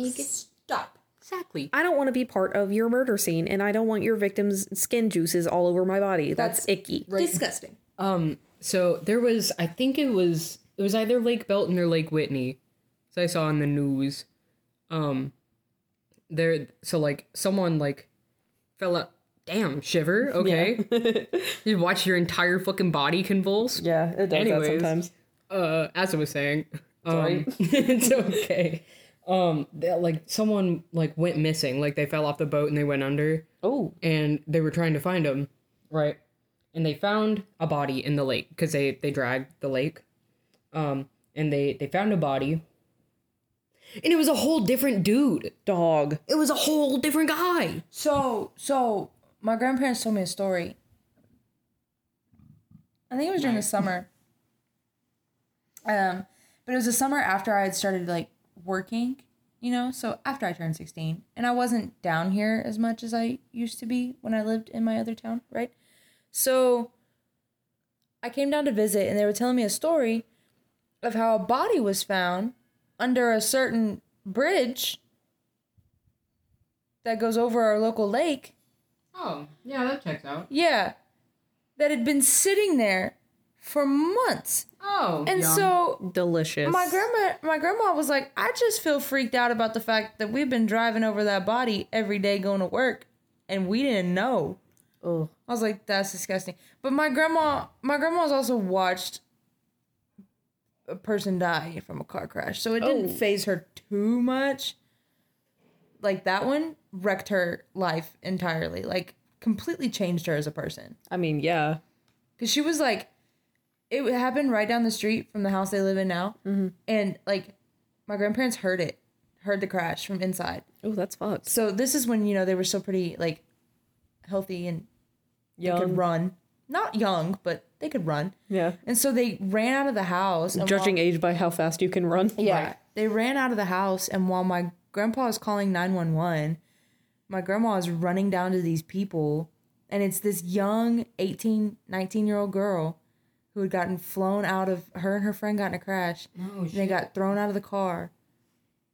Stop.
Exactly.
I don't want to be part of your murder scene, and I don't want your victim's skin juices all over my body. That's, icky.
Disgusting.
Um, so there was, I think it was, it was either Lake Belton or Lake Whitney, as I saw in the news. Um, there, so like someone like fell out. Damn, shiver. Okay, you watch your entire fucking body convulse.
Yeah, it does
Anyways. Uh, as I was saying, um,
Sorry.
[LAUGHS] it's okay. Um, that like someone like went missing, like they fell off the boat and they went under
Oh,
and they were trying to find him, right? And they found a body in the lake because they they dragged the lake, um, and they they found a body, and it was a whole different dude.
dog.
It was a whole different guy.
So, so my grandparents told me a story. I think it was during the summer. Um, but it was the summer after I had started like working, you know, so after I turned 16. And I wasn't down here as much as I used to be when I lived in my other town, right? So I came down to visit and they were telling me a story of how a body was found under a certain bridge that goes over our local lake.
Oh yeah, that checks out.
Yeah. That had been sitting there for months.
Oh,
And so
Delicious.
my grandma my grandma was like, I just feel freaked out about the fact that we've been driving over that body every day going to work and we didn't know.
Oh,
I was like, that's disgusting. But my grandma my grandma's also watched a person die from a car crash. So it didn't phase her too much. Like that one wrecked her life entirely. Like completely changed her as a person.
I mean, yeah.
Cause she was like, it happened right down the street from the house they live in now, and like, my grandparents heard it, heard the crash from inside.
Oh, that's fucked.
So this is when you know they were still pretty like, healthy and
Yeah.
could run, not young, but they could run.
Yeah.
And so they ran out of the house. And
Judging age by how fast you can run.
while, yeah, they ran out of the house, and while my grandpa is calling nine one one, my grandma is running down to these people, and it's this young 18, 19 year old girl who had gotten flown out of her and her friend got in a crash. and they got thrown out of the car.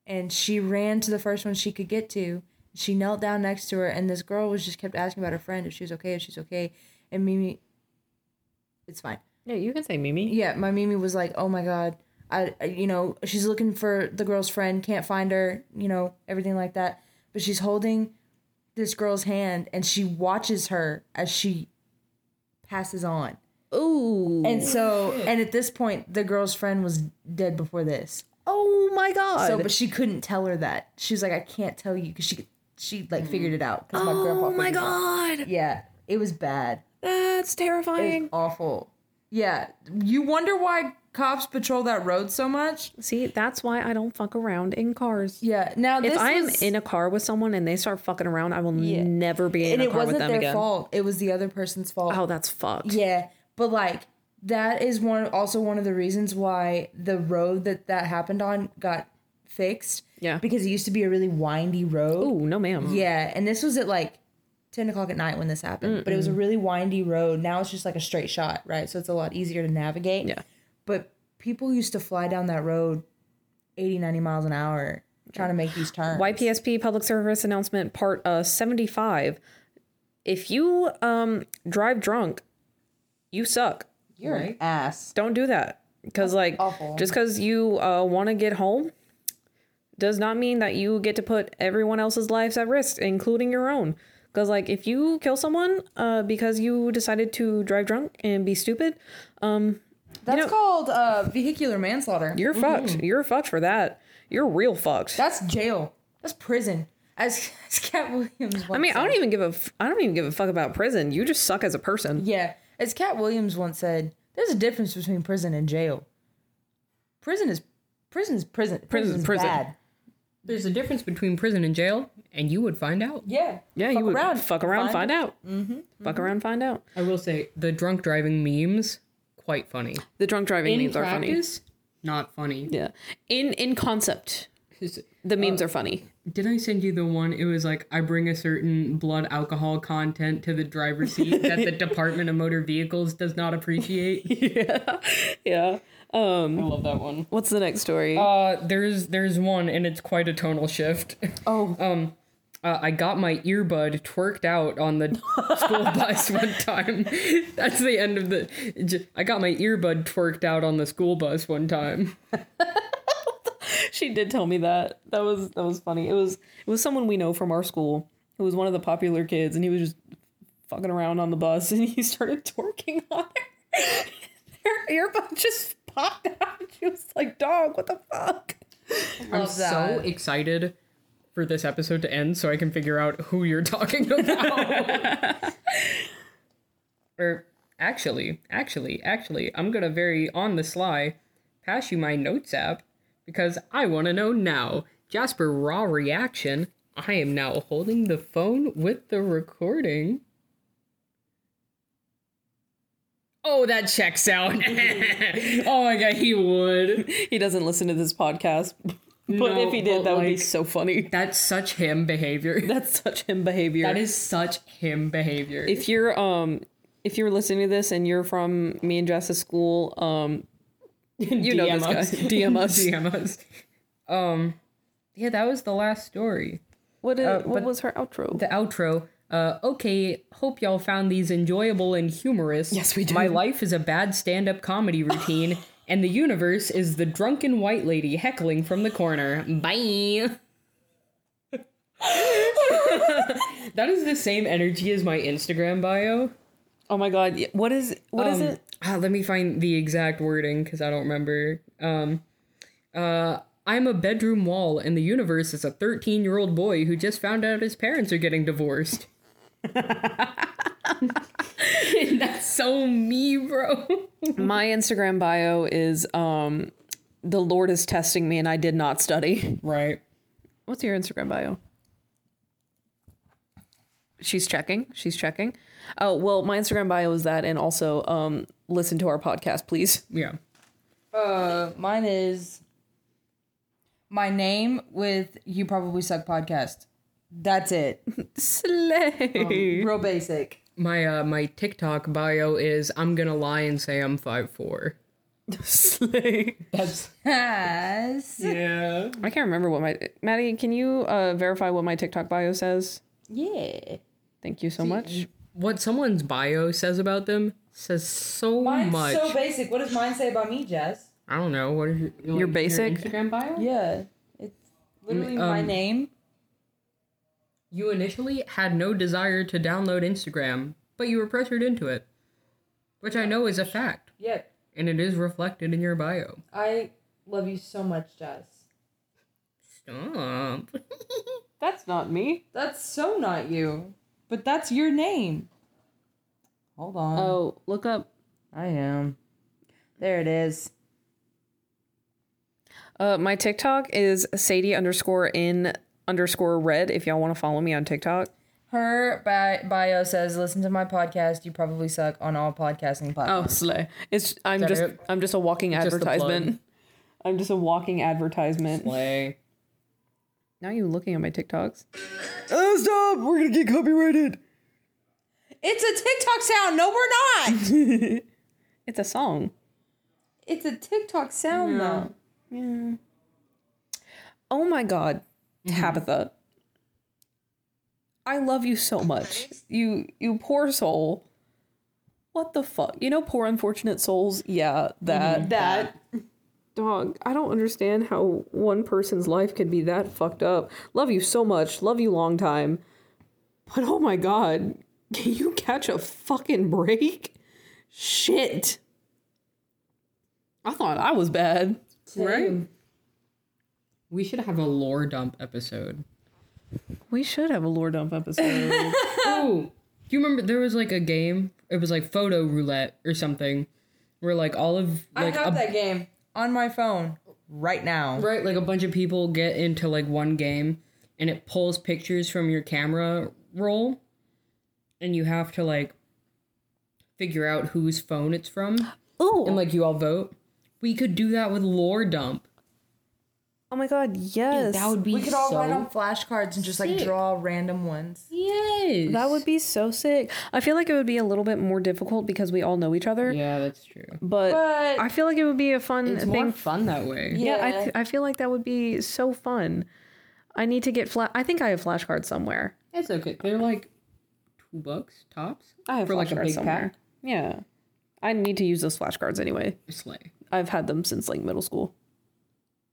And she ran to the first one she could get to. She knelt down next to her and this girl was just kept asking about her friend if she was okay, if she's okay. And Mimi it's fine.
Yeah, you can say Mimi.
Yeah, my Mimi was like, "Oh my god, I, I- you know, she's looking for the girl's friend, can't find her, you know, everything like that." But she's holding this girl's hand, and she watches her as she passes on.
Ooh.
And so, and at this point, the girl's friend was dead before this.
oh my god.
So, but she couldn't tell her that. She was like, "I can't tell you," because she she like figured it out. 'cause my grandpa
oh my
figured it out.
god.
Yeah, it was bad.
That's
It was
terrifying.
awful. Yeah, you wonder why cops patrol that road so much.
See, that's why I don't fuck around in cars.
Yeah. Now
If
this
I am
was-
in a car with someone and they start fucking around, I will
Yeah.
never be in
and
a
it
car with
wasn't
them
their
again.
fault. It was the other person's fault.
Oh, that's fucked.
Yeah, but like that is one also one of the reasons why the road that that happened on got fixed.
Yeah.
Because it used to be a really windy road.
Ooh, no, ma'am.
Yeah, and this was at like ten o'clock at night when this happened, but it was a really windy road. Now it's just like a straight shot, right? So it's a lot easier to navigate.
Yeah.
But people used to fly down that road 80, 90 miles an hour trying to make these turns.
YPSP public service announcement part uh 75. If you um drive drunk, you suck.
You're an ass.
Don't do that. Cuz like
awful.
just cuz you uh want to get home does not mean that you get to put everyone else's lives at risk, including your own. Cuz like if you kill someone uh because you decided to drive drunk and be stupid,
That's
know-
called uh, vehicular manslaughter.
you're fucked. You're fucked for that. You're real fucked.
That's jail. That's prison. As, [LAUGHS] as Cat Williams once
I mean,
said.
I don't e even give a f- I don't even give a fuck about prison. You just suck as a person.
Yeah. As Cat Williams once said, there's a difference between prison and jail. Prison is prison is prison.
Prison is prison.
Bad.
there's a difference between prison and jail, and you would find out.
Yeah.
Yeah,
Fuck
you would
around.
fuck around, find, out. Mm-hmm, Fuck around, find out.
I will say the drunk driving memes quite funny.
The drunk driving
In
memes are funny.
practice, not funny.
[LAUGHS] Yeah, in in concept, The memes are funny.
Did I send you the one? It was like I bring a certain blood alcohol content to the driver's [LAUGHS] seat that the Department of Motor Vehicles does not appreciate.
Yeah.
[LAUGHS] I
Um,
love that one.
what's the next story?
Uh, there's there's one and it's quite a tonal [LAUGHS] shift.
Oh.
Um, uh, I got my earbud twerked out on [LAUGHS] the school bus one time. [LAUGHS] That's the end of the. j- I got my earbud twerked out on the school bus one time.
she did tell me that. That was that was funny. It was it was someone we know from our school who was one of the popular kids, and he was just fucking around on the bus, [LAUGHS] and he started twerking on her. [LAUGHS] her earbud just popped out. She was like, "Dog, what the fuck?"
I'm so excited for this episode to end so I can figure out who you're [LAUGHS] talking about. or actually, actually, actually, I'm going to very on the sly pass you my notes app because I want to know now. Jasper raw reaction. I am now holding the phone with the recording. Oh, that checks out. [LAUGHS] oh my god, he would.
He doesn't listen to this podcast, but
No,
if he did,
but,
that would be
like-
so funny.
That's such him behavior.
[LAUGHS] That's such him behavior.
[LAUGHS] That is such him behavior.
if you're um if you're listening to this and you're from me and Jess's school, um, you know this
DM
guy.
us. [LAUGHS]
DM us.
DM us. Um, yeah, that was the last story.
What did, what
but-
was her outro?
The outro. Uh, okay, hope y'all found these enjoyable and humorous.
Yes, we did.
My life is a bad stand-up
[LAUGHS]
comedy routine, and the universe is the drunken white lady heckling from the corner. Bye. [LAUGHS] that is the same energy as my Instagram bio.
oh my god, yeah, what is what is
Um,
it?
ah, let me find the exact wording because I don't remember. Um, uh, I'm a bedroom wall, and the universe is a 13 year old boy who just found out his parents are getting divorced. [LAUGHS] That's so me, bro.
My Instagram bio is um the Lord is testing me and I did not study.
Right.
What's your Instagram bio? She's checking. She's checking. Oh, well, my Instagram bio is that and also um listen to our podcast, please.
Yeah.
Uh, mine is my name with you probably suck podcast. That's it.
Slay. [LAUGHS]
Real basic.
My uh, my TikTok bio is I'm gonna lie and say I'm 5'4.
Um, Slay.
That's
Yes.
yeah.
I can't remember what my Maddie, can you uh verify what my TikTok bio says?
Yeah.
Thank you so much.
What someone's bio says about them says so
Mine's
much.
so basic. What does mine say about me, Jess?
I don't know. What is your, like,
Your basic?
Instagram bio?
Yeah. It's
Mm,
literally my
um,
name.
You initially had no desire to download Instagram, but you were pressured into it, which I know is a fact,
Yeah.
and it is reflected in your bio.
I love you so much, Jess.
Stop. [LAUGHS]
That's not me.
That's so not you. But that's your name. Hold on.
Oh, look up
I am. There it is.
Uh, my TikTok is Sadie underscore in underscore red. If y'all want to follow me on TikTok,
Her bi- bio says, "Listen to my podcast. You probably suck on all podcasting platforms."
slay! It's I'm just
it?
I'm just a walking
Just the plug.
advertisement. I'm just a walking advertisement.
Play.
Now you looking at my TikToks? Oh stop! We're gonna get copyrighted.
It's a TikTok sound. No, we're [LAUGHS] not.
It's a song.
it's a TikTok sound though.
Oh my god,
Mm-hmm.
Tabitha. I love you so much. You you poor soul. What the fuck? You know poor unfortunate souls? Yeah,
Mm-hmm.
that.
That
Dog, I don't understand how one person's life could be that fucked up. Love you so much. Love you long time. But oh my god, [LAUGHS] can you catch a fucking break? Shit. I thought I was bad.
Right? We should have a lore dump episode.
We should have a lore dump episode. [LAUGHS]
oh, do you remember there was like a game? It was like photo roulette or something, where like all of like
I have
a
that game on my phone right now.
Right, like a bunch of people get into like one game and it pulls pictures from your camera roll and you have to like figure out whose phone it's from
Oh,
and like you all vote. We could do that with lore dump.
Oh my god, yes.
That would be
we could all
so
write on flashcards and just like
sick.
draw random ones.
Yes.
That would be so sick. I feel like it would be a little bit more difficult because we all know each other,
Yeah, that's true.
but,
But-
I feel like it would be a fun
It's
thing.
more fun that way.
yeah, I, th- I feel like that would be so fun. I need to get flat. I think I have flashcards somewhere.
It's okay. They're like two bucks tops.
I have
for like a
flashcards
big
somewhere.
pack.
Yeah, I need to use those flashcards anyway.
Slay.
I've had them since like middle school.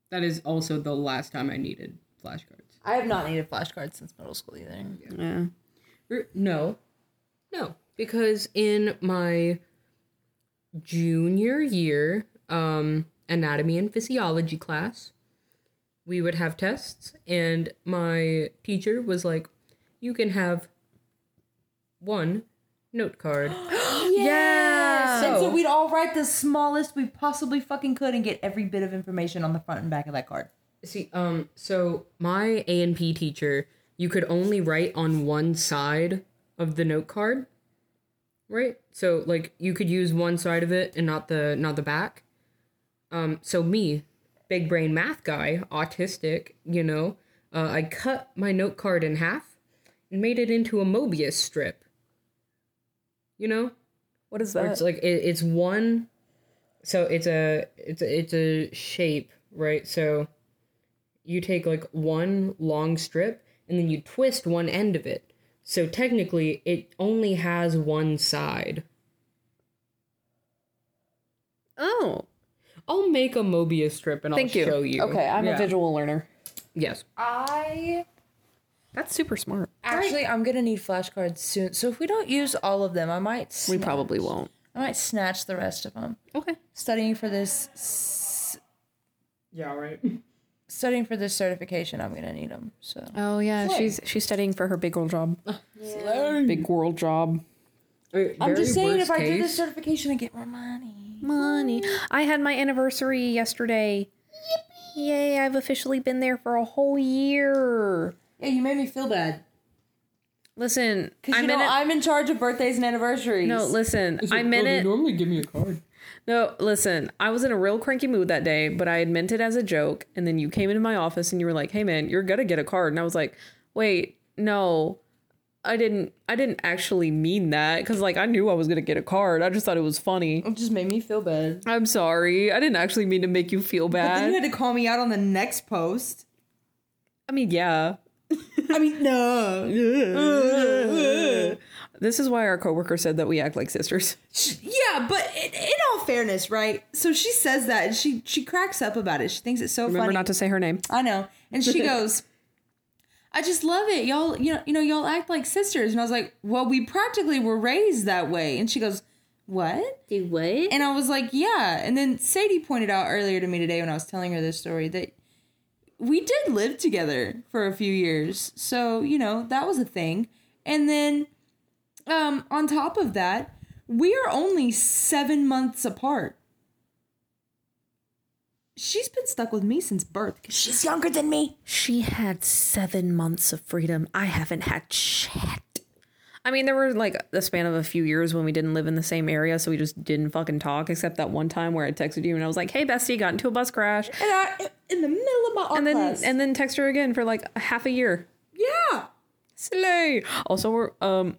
That is also the last time I needed flashcards.
I have not needed flashcards since middle school either.
Yeah.
Er, No, no, because in my junior year, um, anatomy and physiology class, we would have tests, and my teacher was like, "You can have one note card."
Yeah.
And so we'd all write the smallest we possibly fucking could and get every bit of information on the front and back of that card.
See, um, so my A and P teacher, you could only write on one side of the note card, right? So like you could use one side of it and not the not the back. Um, so me, big brain math guy, autistic, you know, uh, I cut my note card in half and made it into a Mobius strip. You know,
What is
where it's
that?
like it, it's one so it's a it's a, it's a shape right so you take like one long strip and then you twist one end of it so technically it only has one side
Oh,
i'll make a mobius strip and
thank
i'll
you.
show you
Okay, I'm
Yeah.
a visual learner.
yes
I
That's super smart.
actually I'm gonna need flashcards soon. So if we don't use all of them, I might
We
sna-
probably won't.
I might snatch the rest of them.
Okay.
Studying for this s-
yeah right
studying for this certification, I'm gonna need them. So
Oh yeah, she's she's studying for her big girl job. Big girl job.
I'm just saying, if I do this certification, I get more money.
Money. I had my anniversary yesterday. Yay, I've officially been there for a whole year.
Yeah, you made me feel bad.
Listen,
Because
I'm
you know
in it.
I'm in charge of birthdays and anniversaries.
no, listen, I'm in it.
normally give me a card
No, listen, I was in a real cranky mood that day, but I had meant it as a joke. And then you came into my office and you were like, hey man, you're gonna get a card. And I was like, wait, no. I didn't I didn't actually mean that because like I knew I was gonna get a card. I just thought it was funny.
it just made me feel bad.
I'm sorry. I didn't actually mean to make you feel
Then you
bad.
had to call me out on the next post.
I mean, yeah.
I mean, no.
[LAUGHS] This is why our coworker said that we act like sisters.
Yeah, but in, in all fairness, right? So she says that and she she cracks up about it. She thinks it's so
Remember
funny.
not to say her name.
I know. And [LAUGHS] she goes, "I just love it. Y'all, you know, you know, y'all act like sisters." And I was like, "Well, we practically were raised that way." And she goes, "What?"
Do what?
And I was like, "Yeah." And then Sadie pointed out earlier to me today when I was telling her this story that we did live together for a few years. So, you know, that was a thing. And then um on top of that, we are only 7 months apart. She's been stuck with me since birth cuz she's younger than me.
She had seven months of freedom. I haven't had shit. I mean, there were like the span of a few years when we didn't live in the same area, so we just didn't fucking talk, except that one time where I texted you and I was like, hey, bestie, got into a bus crash.
And I in the middle of my art
And then,
class.
and then text her again for like a half a year.
yeah.
Slay. Also, we're um,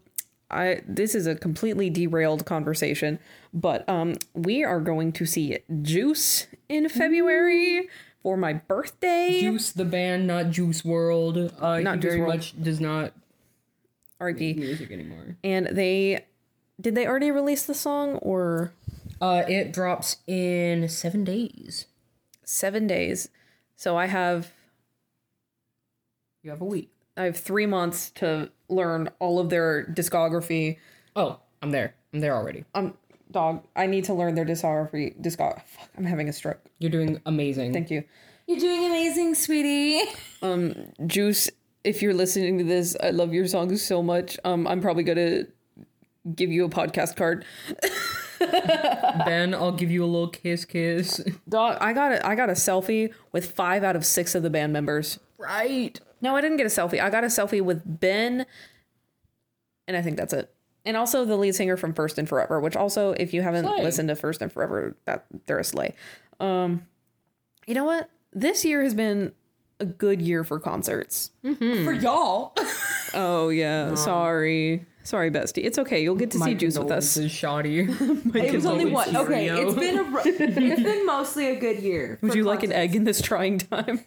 I this is a completely derailed conversation, but um, we are going to see Juice in February for my birthday.
juice the band not juice world uh
Not
he
Juice
very
WRLD.
much does not
RP.
music anymore
And they did they already release the song or
Uh, it drops in seven days.
seven days? So I have
You have a week.
I have three months to learn all of their discography.
Oh, I'm there. I'm there already.
Um, dog, I need to learn their discography. Discog. Fuck, I'm having a stroke.
You're doing amazing.
Thank you.
You're doing amazing, sweetie.
Juice, if you're listening to this, I love your songs so much. Um, I'm probably gonna give you a podcast card.
ben, I'll give you a little kiss, kiss.
Dog, I got a, I got a selfie with five out of six of the band members.
Right.
No, I didn't get a selfie. I got a selfie with Ben, and I think that's it. And also the lead singer from First and Forever, which also, if you haven't
Slay.
listened to First and Forever, that they're a slay. Um, you know what? this year has been a good year for concerts.
[LAUGHS]
For y'all.
Oh yeah, [LAUGHS] sorry, sorry, bestie. It's okay. You'll get to see Juice with us.
Oh, This is shoddy. [LAUGHS]
It was only one. Okay,
Rio.
it's been a, [LAUGHS] ru- it's been mostly a good year.
Would
for
you like an
concerts.
egg in this trying time?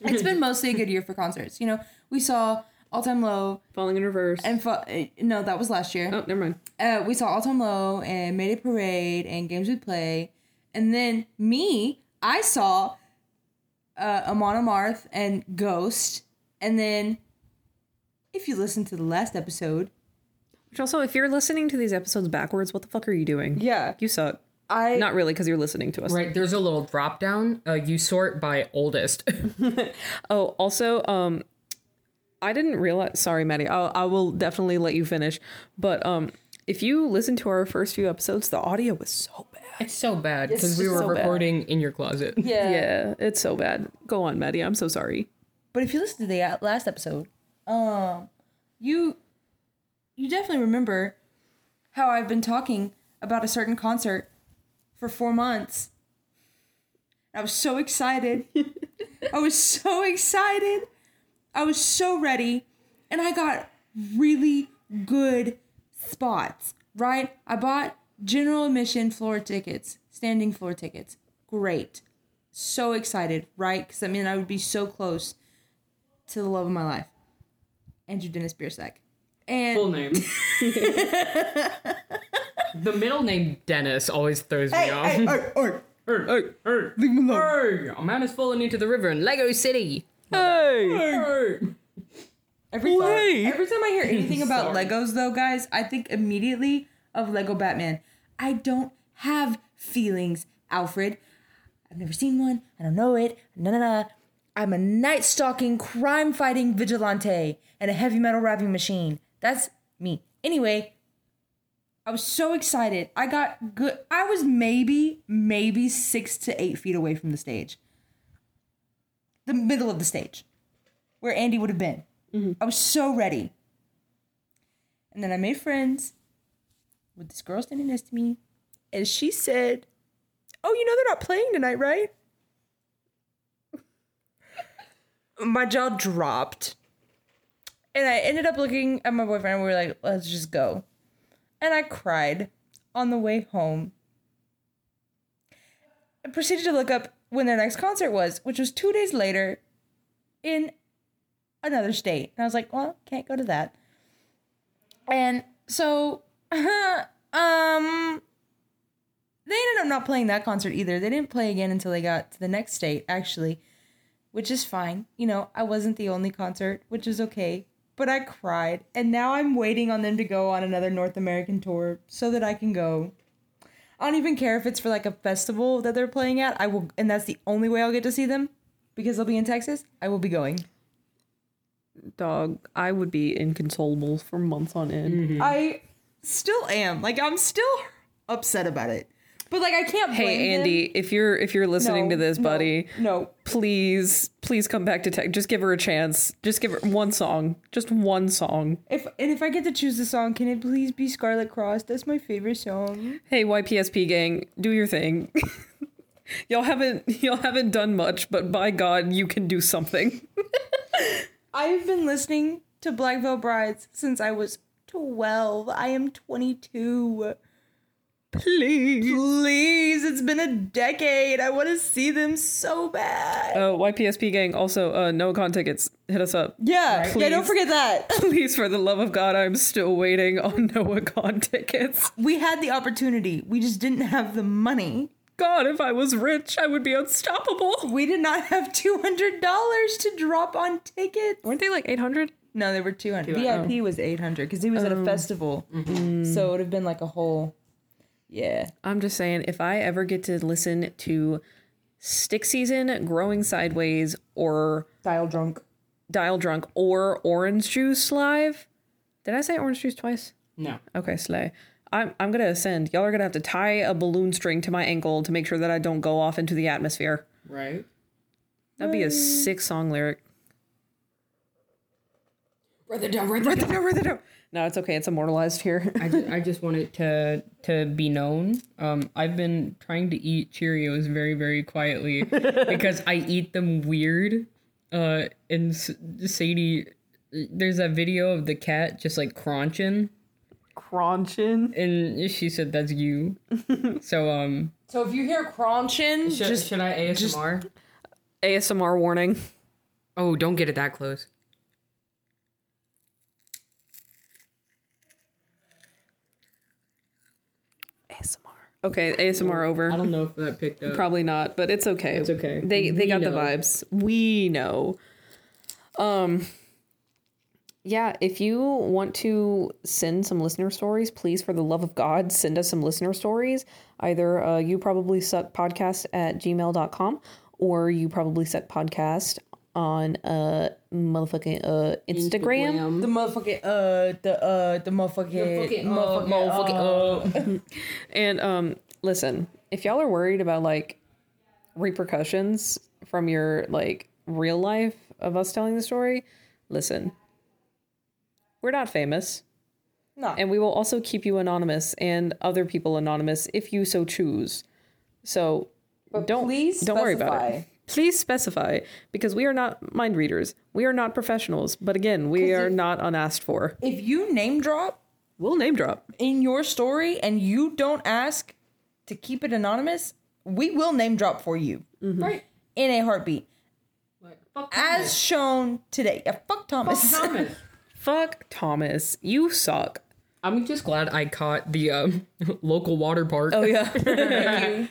It's been mostly a good year for concerts. You know, we saw All Time Low
[LAUGHS] Falling in reverse.
and fu- eh, no, that was last year.
oh, never mind.
Uh, we saw All Time Low and Mayday Parade and Games We Play, and then me, I saw uh, Amon Amarth and Ghost, and then if you listen to the last episode,
Which also, if you're listening to these episodes backwards, what the fuck are you doing?
yeah,
You suck.
I
Not really, because you're listening to us.
Right, there's a little drop down. Uh, you sort by oldest. [LAUGHS]
Oh, also, um, I didn't realize. Sorry, Maddie. I I will definitely let you finish. But um, if you listen to our first few episodes, the audio was so bad.
it's so bad because we were
so bad.
recording in your closet.
yeah.
Yeah, it's so bad. Go on, Maddie. I'm so sorry.
But if you listen to the uh, last episode, um, you you definitely remember how I've been talking about a certain concert for four months. I was so excited. I was so excited. I was so ready, and I got really good spots. Right, I bought general admission floor tickets, standing floor tickets. Great, so excited. Right, because I mean I would be so close to the love of my life, Andrew Dennis Biersack. And
Full name. the middle name Dennis always throws me off.
or, or
Er, er, er. Er, a man has fallen into the river in Lego City. Oh,
Hey,
Er.
every
Wait.
time, every time I hear anything
[LAUGHS]
about
Sorry.
Legos, though, guys, I think immediately of Lego Batman. I don't have feelings, Alfred. I've never seen one. I don't know it. Na na na. I'm a night stalking, crime fighting vigilante and a heavy metal rapping machine. That's me. Anyway, I was so excited. I got good. I was maybe, maybe six to eight feet away from the stage. The middle of the stage where Andy would have been. I was so ready. And then I made friends with this girl standing next to me. And she said, Oh, you know they're not playing tonight, right? [LAUGHS] my jaw dropped. And I ended up looking at my boyfriend and we were like, let's just go. And I cried on the way home. I proceeded to look up when their next concert was, which was two days later in another state. And I was like, well, can't go to that. And so, [LAUGHS] um, they ended up not playing that concert either. They didn't play again until they got to the next state, actually, which is fine. You know, I wasn't the only concert, which is okay. But I cried, and now I'm waiting on them to go on another North American tour so that I can go. I don't even care if it's for like a festival that they're playing at. I will, and that's the only way I'll get to see them because they'll be in Texas. I will be going.
dog. I would be inconsolable for months on end.
I still am. Like I'm still upset about it. But like I can't blame
Hey,
them.
Andy, if you're if you're
No,
listening to this,
no,
buddy,
No.
please, please come back to tech. Just give her a chance. Just give her one song. Just one song.
If and if I get to choose the song, can it please be Scarlet Cross? That's my favorite song.
Hey, YPSP gang, do your thing. [LAUGHS] y'all haven't y'all haven't done much, but by God, you can do something.
I've been listening to Black Veil Brides since I was 12. I am 22.
Please.
Please, it's been a decade. I want to see them so bad.
Uh, YPSP gang. Also, uh, no con tickets. Hit us up. [LAUGHS]
Yeah, yeah, don't
Please.
forget that.
Please, for the love of God, I'm still waiting on [LAUGHS] Noah con tickets.
We had the opportunity. We just didn't have the money.
God, if I was rich, I would be unstoppable.
We did not have $200 to drop on tickets.
Weren't they like 800?
No, there were 200. VIP was 800 because he was at
Oh.
a festival.
Mm-hmm.
So it would have been like a whole. Yeah.
I'm just saying, if I ever get to listen to Stick Season, Growing Sideways, or
Dial drunk.
Dial Drunk, or Orange Juice live, did I say Orange Juice twice?
No.
Okay, Slay. I'm, I'm gonna ascend. Y'all are gonna have to tie a balloon string to my ankle to make sure that I don't go off into the atmosphere.
Right?
That'd be a sick song lyric.
Rather down, rather
[LAUGHS] No, no, no. No, it's okay. It's immortalized here. [LAUGHS]
I just, I just want it to to be known. Um, I've been trying to eat Cheerios very very [LAUGHS] quietly because I eat them weird. Uh, and S- Sadie, there's that video of the cat just like crunching,
Crunching.
and she said that's [LAUGHS] you. so um,
So if you hear crunching,
should,
just
should I ASMR?
ASMR warning.
oh, don't get it that close.
ASMR. Okay, ASMR
I
over.
don't know if that picked up.
Probably not, but it's okay.
It's okay.
They they
We
got the
know.
vibes. We know. Um yeah, if you want to send some listener stories, please, for the love of God, send us some listener stories. Either uh, you probably suck podcast at gmail.com or you probably suck podcast on uh, motherfucking uh, Instagram.
the motherfucking uh the uh the oh, motherfucking
Motherfucking, uh,
motherfucking,
Motherfucking, uh,
And um, listen, if y'all are worried about like repercussions from your like real life of us telling the story, listen. We're not famous,
no.
and we will also keep you anonymous and other people anonymous if you so choose. So don't
please
don't worry about
specify.
it. Please specify because we are not mind readers. We are not professionals. But again, we are not unasked for.
if you name drop
We'll name drop.
in your story and you don't ask to keep it anonymous, we will name drop for you.
Right.
In a heartbeat.
Fuck
As shown today. Yeah, fuck Thomas.
Thomas.
Fuck Thomas. You suck.
I'm just glad I caught the um, [LAUGHS] local water park. [LAUGHS] Oh
yeah. [LAUGHS]
yeah.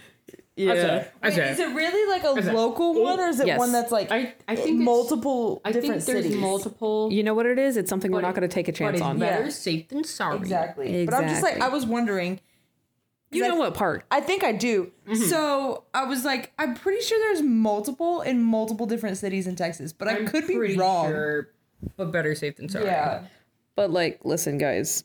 Okay.
Wait, is it really like a local one or is it
Yes.
one that's like
I I think it's-
multiple
I
different
think there's
cities?
multiple.
You know what it is? It's something we're
But
not
it-
going to take a chance on.
yeah.
better safe than sorry.
Exactly. But I'm just like I
Exactly.
was wondering.
You know what part?
I think I do. So I was like, I'm pretty sure there's multiple in multiple different cities in Texas, but I
I'm
could be
pretty
wrong.
sure, but better safe than sorry.
Yeah.
But like, listen, guys,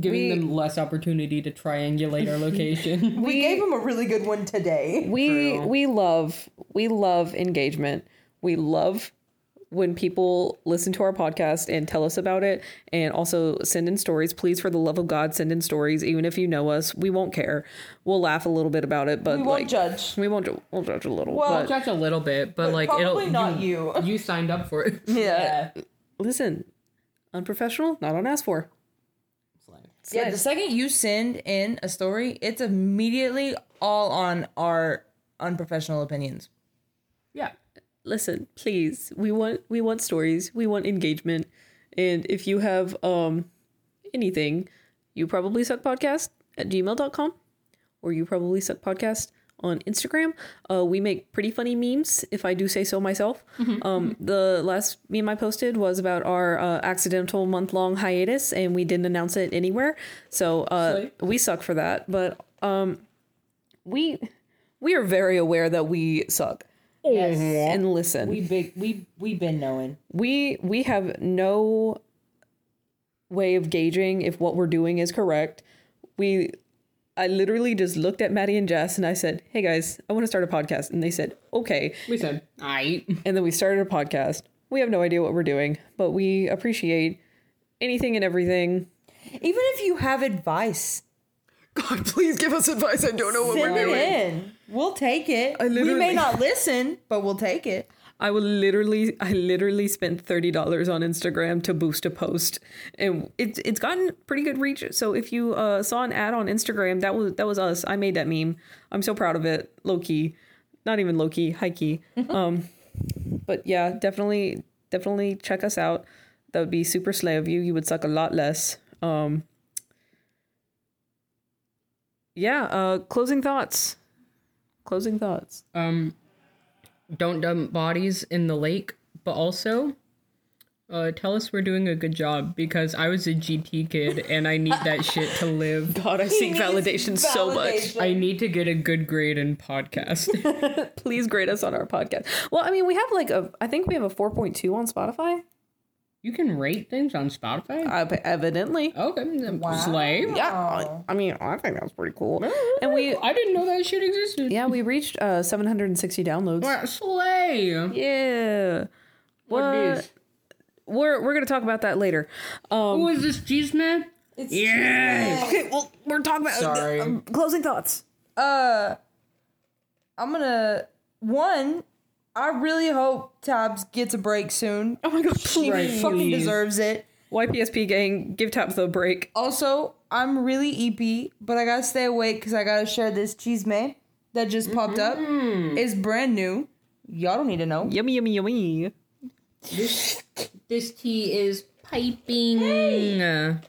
Giving
We-
them less opportunity to triangulate
[LAUGHS]
our location.
We, gave him a really good one today.
we
True.
we love we love engagement. We love when people listen to our podcast and tell us about it, and also send in stories. Please, for the love of God, send in stories. Even if you know us, we won't care. We'll laugh a little bit about it, but
We
like,
won't judge.
we won't. ju- We'll judge a little.
Well,
but
Just a little bit, but, like
probably
it'll
not you.
You signed up for
[LAUGHS]
it.
Yeah.
listen, unprofessional, not unasked for.
Yeah, the second you send in a story, it's immediately all on our unprofessional opinions.
yeah.
listen, please. We want we want stories. We want engagement. And if you have um anything, you probably suck podcast at gmail.com or you probably suck podcast on Instagram. Uh, we make pretty funny memes, if I do say so myself. Um, the last meme I posted was about our uh, accidental month long hiatus, and we didn't announce it anywhere. So uh, we suck for that. But um, we we are very aware that we suck.
Yes.
And listen,
We big we we been knowing.
we we have no way of gauging if what we're doing is correct. We I literally just looked at Maddie and Jess and I said, "Hey guys, I want to start a podcast." And they said, "Okay."
We said, I
And then we started a podcast. We have no idea what we're doing, but we appreciate anything and everything.
Even if you have advice,
God, please give us advice. I don't know what
send it in. We'll take it. We may
literally-
not listen, but we'll take it.
I will literally I literally spent thirty dollars on Instagram to boost a post, and it's it's gotten pretty good reach. So if you uh, saw an ad on Instagram, that was that was us. I made that meme. I'm so proud of it. Low key, not even low key, high key. um, but yeah, definitely definitely check us out. That would be super slay of you. You would suck a lot less. Um, yeah. Uh, closing thoughts. Closing thoughts.
um don't dump bodies in the lake but also uh tell us we're doing a good job because i was a gt kid and i need that shit to [LAUGHS] live
God, I seek validation so much.
i need to get a good grade in podcast [LAUGHS]
please grade us on our podcast. Well, I mean, we have like a, I think we have a 4.2 on Spotify.
you can rate things on spotify
Uh, evidently.
okay then slay
Yeah. I- I mean, I think that's pretty cool. And we,
i didn't know that shit existed
yeah, we reached uh, 760 downloads.
Wow, slay
Yeah. What?
What is?
we're we're gonna talk about that later.
Who is this cheese man?
It's
Yes.
Okay, well, we're talking about uh,
Sorry. um,
closing thoughts.
Uh, I'm gonna one. I really hope Tabs gets a break soon.
Oh my god,
She fucking
please.
deserves it.
YPSP gang, give Taps the break.
Oh. Also, I'm really EP, but I gotta stay awake because I gotta share this cheese may that just popped up. It's brand new. Y'all don't need to know.
Yummy, yummy, yummy.
This this tea is piping.
Uh,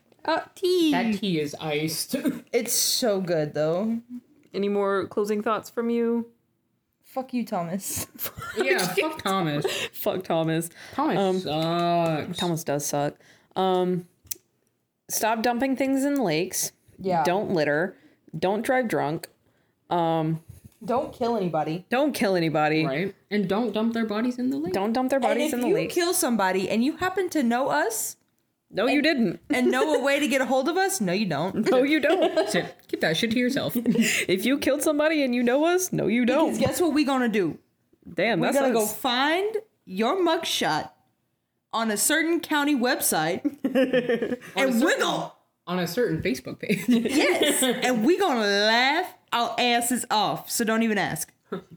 tea.
That tea is iced. [LAUGHS]
It's so good though.
Any more closing thoughts from you?
Fuck you, Thomas.
yeah,
[LAUGHS]
fuck Thomas.
Fuck Thomas.
Thomas
Um,
sucks.
Thomas does suck. Um, stop dumping things in lakes.
Yeah.
Don't litter. Don't drive drunk.
Don't kill anybody.
Don't kill anybody.
Right? And don't dump their bodies in the lake.
Don't dump their
[LAUGHS] And
bodies
if
in the
you
lake.
kill somebody and you happen to know us
no, you didn't.
[LAUGHS] and know a way to get a hold of us, no, you don't.
No, you
[LAUGHS]
don't.
Sit. Keep that shit
[LAUGHS]
to yourself.
if you killed somebody and you know us, no, you
Because
don't.
guess what we gonna do?
Damn,
We
that's
gotta go find your mugshot on a certain county website and we're gonna
On a certain Facebook page. [LAUGHS]
Yes, and we gonna laugh our asses off. So don't even ask.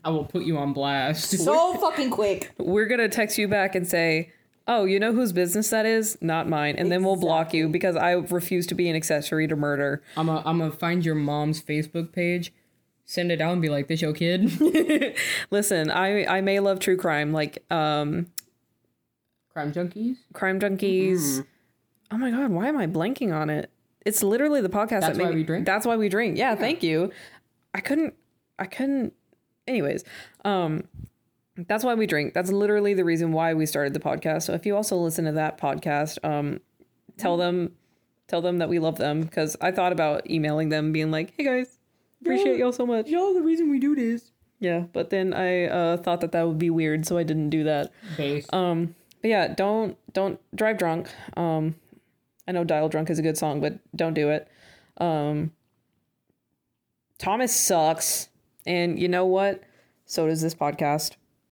I will put you on blast.
so fucking quick.
We're gonna text you back and say, "Oh, you know whose business that is? Not mine." And then we'll block you because I refuse to be an accessory to murder.
I'm gonna I'm gonna find your mom's Facebook page, send it out, and be like, "This your kid." [LAUGHS]
Listen, I I may love true crime, like um,
Crime junkies.
Crime Junkies.
Mm-hmm.
Oh my god, why am I blanking on it? It's literally the podcast
That's
that made
why
me-
we drink?
That's why we drink. Yeah, thank you. I couldn't. I couldn't. Anyways, um, that's why we drink. That's literally the reason why we started the podcast. So if you also listen to that podcast, um, tell them, tell them that we love them because I thought about emailing them, being like, "Hey guys, appreciate y'all so much."
Y'all, the reason we do this.
Yeah, but then I uh, thought that that would be weird, so I didn't do that.
Base.
Um, but yeah, don't don't drive drunk. Um, I know "Dial Drunk" is a good song, but don't do it. Um, Thomas sucks, and you know what? So does this podcast.